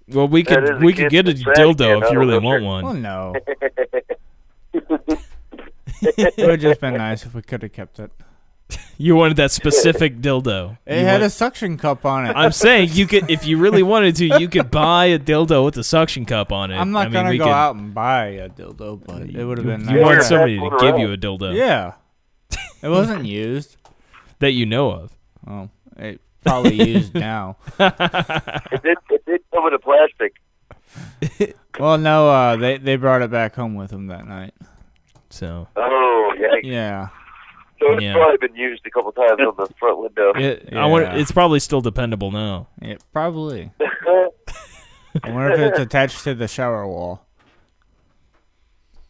Speaker 4: Well, we
Speaker 5: That is
Speaker 4: could
Speaker 5: a
Speaker 4: we could
Speaker 5: kid's
Speaker 4: get a
Speaker 5: trash can.
Speaker 4: dildo
Speaker 5: I
Speaker 4: if you
Speaker 5: don't
Speaker 4: really
Speaker 5: know
Speaker 4: want
Speaker 5: if
Speaker 6: Well,
Speaker 4: one.
Speaker 6: no. it would have just been nice if we could have kept it.
Speaker 4: You wanted that specific dildo.
Speaker 6: It
Speaker 4: You
Speaker 6: had
Speaker 4: want-
Speaker 6: a suction cup on it.
Speaker 4: I'm saying you could, if you really wanted to, you could buy a dildo with a suction cup on it.
Speaker 6: I'm not
Speaker 4: I mean,
Speaker 6: gonna
Speaker 4: we
Speaker 6: go
Speaker 4: could-
Speaker 6: out and buy a dildo, but it would have been
Speaker 4: You want
Speaker 6: nice.
Speaker 5: some-
Speaker 4: somebody to
Speaker 5: That's
Speaker 4: give
Speaker 5: right.
Speaker 4: you a dildo
Speaker 6: yeah. It wasn't used.
Speaker 4: that you know of.
Speaker 6: Oh, it probably used now.
Speaker 5: It did, it did come in a plastic.
Speaker 6: Well, no, uh, they they brought it back home with them that night.
Speaker 4: So
Speaker 5: Oh, yeah.
Speaker 6: Yeah.
Speaker 5: So it's
Speaker 4: Yeah.
Speaker 5: probably been used a couple times on the front window.
Speaker 4: it, I want,
Speaker 6: Yeah.
Speaker 4: it's probably still dependable now.
Speaker 6: It probably. I wonder if it's attached to the shower wall.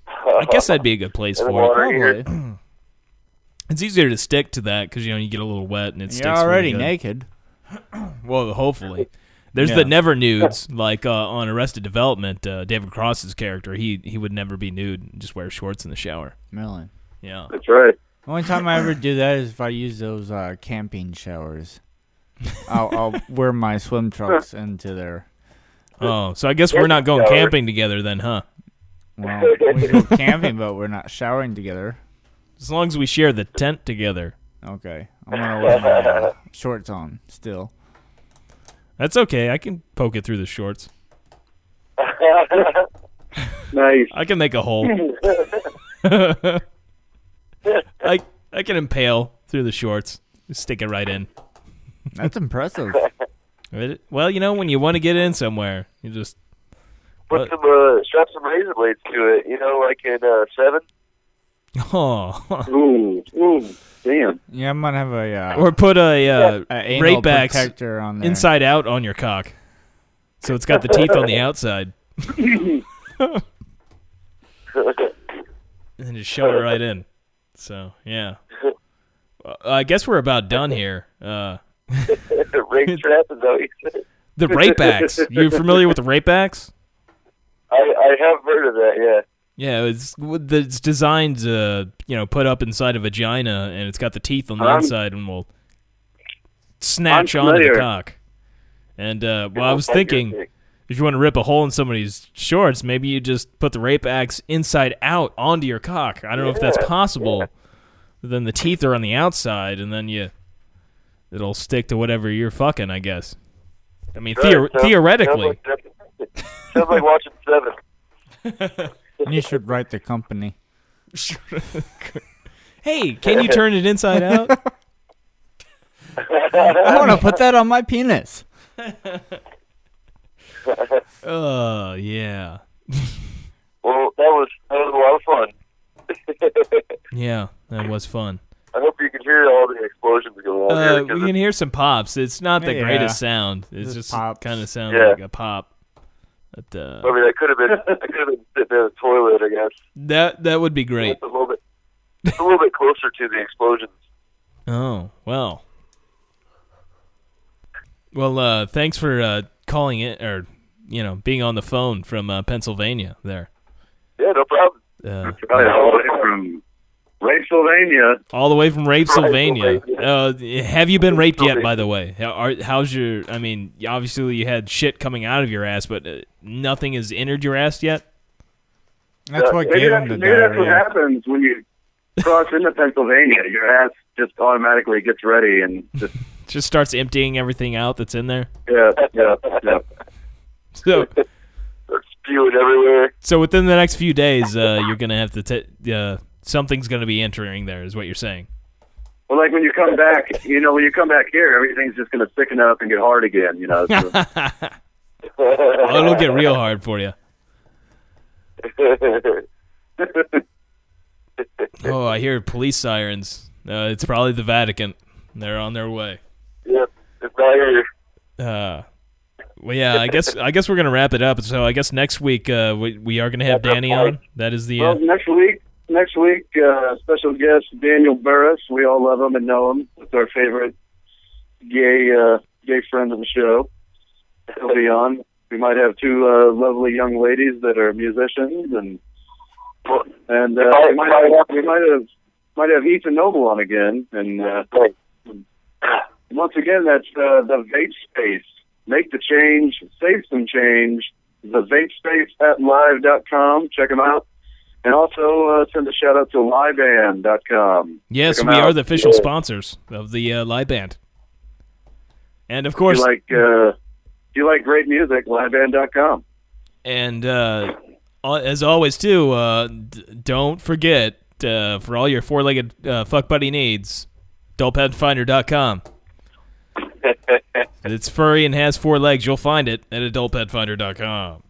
Speaker 4: I guess that'd be a good place
Speaker 5: And the
Speaker 4: for it.
Speaker 5: water heater.
Speaker 6: Probably.
Speaker 4: It's easier to stick to that because you know you get a little wet and it sticks.
Speaker 6: You're already
Speaker 4: really good.
Speaker 6: naked.
Speaker 4: Well, hopefully. There's
Speaker 6: Yeah.
Speaker 4: the never nudes, like uh, on Arrested Development. Uh, David Cross's character, he he would never be nude, and just wear shorts in the shower.
Speaker 6: Really.
Speaker 4: Yeah,
Speaker 7: That's right.
Speaker 6: Only time I ever do that is if I use those uh, camping showers. I'll, I'll wear my swim trunks into there.
Speaker 4: Oh, so I guess we're not going
Speaker 5: Shower.
Speaker 4: camping together then, huh?
Speaker 6: Well, we go camping, but we're not showering together.
Speaker 4: As long as we share the tent together.
Speaker 6: Okay, I'm gonna wear my uh, shorts on still.
Speaker 4: That's okay. I can poke it through the shorts.
Speaker 7: Nice.
Speaker 4: I can make a hole. I I can impale through the shorts. Just stick it right in.
Speaker 6: That's impressive.
Speaker 4: Right? Well, you know when you want to get in somewhere, you just
Speaker 5: Put some, uh, strap some razor blades to it, you know, like in uh, 7.
Speaker 4: oh,
Speaker 7: Ooh, ooh, damn.
Speaker 6: Yeah, I'm gonna have a, uh,
Speaker 4: or put a uh,
Speaker 6: a anal
Speaker 4: rape axe
Speaker 6: protector on there.
Speaker 4: inside out on your cock, so it's got the teeth on the outside, and just shove it right in. So yeah, Uh, I guess we're about done here. Uh,
Speaker 5: Ring trap is that what you said?
Speaker 4: the rape axe. You familiar with the rape axe?
Speaker 5: I, I have heard of that, yeah.
Speaker 4: Yeah, it's with the- it's designed to you know put up inside a vagina, and it's got the teeth on the
Speaker 7: I'm-
Speaker 4: inside, and will snatch onto the
Speaker 7: familiar.
Speaker 4: cock. And uh, well, I was
Speaker 5: Like
Speaker 4: thinking,
Speaker 5: your-
Speaker 4: if you want to rip a hole in somebody's shorts, maybe you just put the rape axe inside out onto your cock. I don't know if that's possible. Then the teeth are on the outside, and then you it'll stick to whatever you're fucking. I guess. I mean, theor-
Speaker 5: Right, sounds-
Speaker 4: theoretically,
Speaker 5: Sounds like, that- sounds like watching Seven.
Speaker 6: You should write the company.
Speaker 4: hey, can you turn it inside out?
Speaker 6: I want to put that on my penis.
Speaker 4: Oh yeah,
Speaker 5: Well, that was that was a lot of fun.
Speaker 4: yeah, that was fun.
Speaker 5: I hope you can hear all the explosions going on
Speaker 4: Uh,
Speaker 5: here. 'cause
Speaker 4: we can hear some pops. It's not the
Speaker 6: Yeah.
Speaker 4: greatest sound. It's
Speaker 6: Just
Speaker 4: just
Speaker 6: pops.
Speaker 4: kind of sounds
Speaker 5: Yeah.
Speaker 4: like a pop. But,
Speaker 5: I
Speaker 4: uh,
Speaker 5: mean, I could have been, I could have been sitting in the toilet, I guess.
Speaker 4: that that would be great.
Speaker 5: It's a little bit, it's a little bit closer to the explosions.
Speaker 4: Oh well. Well, uh, thanks for uh, calling it or you know being on the phone from uh, Pennsylvania. There,
Speaker 5: Yeah, no problem.
Speaker 4: uh,
Speaker 7: Probably all the way from Pennsylvania.
Speaker 4: all the way from Rape, Sylvania. Uh,
Speaker 5: Pennsylvania.
Speaker 4: have you been raped yet? By the way, How- are, how's your? I mean, obviously you had shit coming out of your ass, but uh, nothing has entered your ass yet.
Speaker 6: That's what
Speaker 7: Maybe
Speaker 6: gave
Speaker 7: that's,
Speaker 6: him the
Speaker 7: maybe that's what
Speaker 6: diarrhea.
Speaker 7: happens when you cross into Pennsylvania. Your ass just automatically gets ready and just
Speaker 4: Just starts emptying everything out that's in there.
Speaker 7: yeah, yeah, yeah.
Speaker 4: So,
Speaker 5: They're spewing everywhere.
Speaker 4: so within the next few days, uh, you're gonna have to. T- uh, something's gonna be entering there, is what you're saying.
Speaker 7: Well, like when you come back, you know, when you come back here, everything's just going to thicken up and get hard again. You know, so,
Speaker 4: Oh, it'll get real hard for you. Oh, I hear police sirens. Uh, it's probably the Vatican. They're on their way.
Speaker 5: yep, it's not here.
Speaker 4: Uh, well, yeah, I guess I guess we're gonna wrap it up. So I guess next week uh, we we are gonna have Danny on. That is the uh,
Speaker 7: well, next week, next week, uh, special guest Daniel Burris. We all love him and know him. It's our favorite gay uh, gay friend of the show. He'll be on. We might have two uh, lovely young ladies that are musicians, and and uh, we might have we might have might have Ethan Noble on again, and. Uh, once again, that's uh, the vape space. Make the change, save some change. The vape space at live.com. Check them out. And also uh, send a shout out to liveand.com.
Speaker 4: yes,
Speaker 7: check
Speaker 4: we
Speaker 7: 'em
Speaker 4: are
Speaker 7: out.
Speaker 4: the official sponsors of the uh, live band, and of
Speaker 7: If
Speaker 4: course,
Speaker 7: you like, uh, if you like great music, liveand.com.
Speaker 4: and uh, al- as always too, uh, d- don't forget uh, for all your four-legged uh, fuck buddy needs, adultpetfinder.com. it's furry and has four legs. You'll find it at adultpetfinder.com.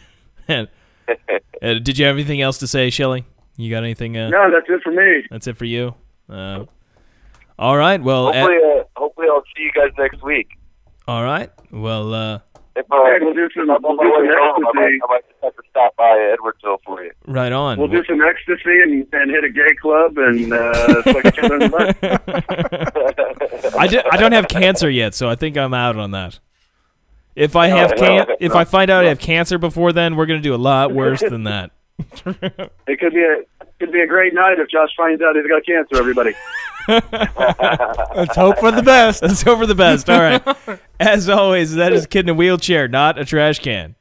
Speaker 4: and, uh, did you have anything else to say, Shelly? You got anything? Uh,
Speaker 7: No, that's it for me.
Speaker 4: That's it for you. Uh, all right. Well. at-
Speaker 5: Hopefully, uh, hopefully, I'll see you guys next week.
Speaker 4: all right. Well. Uh,
Speaker 5: If
Speaker 7: Hey,
Speaker 5: I,
Speaker 7: we'll do some,
Speaker 5: I'm
Speaker 7: we'll
Speaker 5: on my
Speaker 7: do
Speaker 5: way home.
Speaker 7: some
Speaker 5: I might,
Speaker 7: ecstasy.
Speaker 5: I might just have to stop by Edwardsville for you.
Speaker 4: right on.
Speaker 7: We'll do some ecstasy and, and hit a gay club and uh, it's like a kid in the butt.
Speaker 4: I, do, I don't have cancer yet, so I think I'm out on that. If I have can-
Speaker 5: Oh, no,
Speaker 4: if I find out I have cancer before then, we're gonna do a lot worse than that.
Speaker 7: It could be a could be a great night if Josh finds out he's got cancer. Everybody.
Speaker 6: Let's hope for the best.
Speaker 4: Let's hope for the best. All right. As always, that is kid in a wheelchair, not a trash can.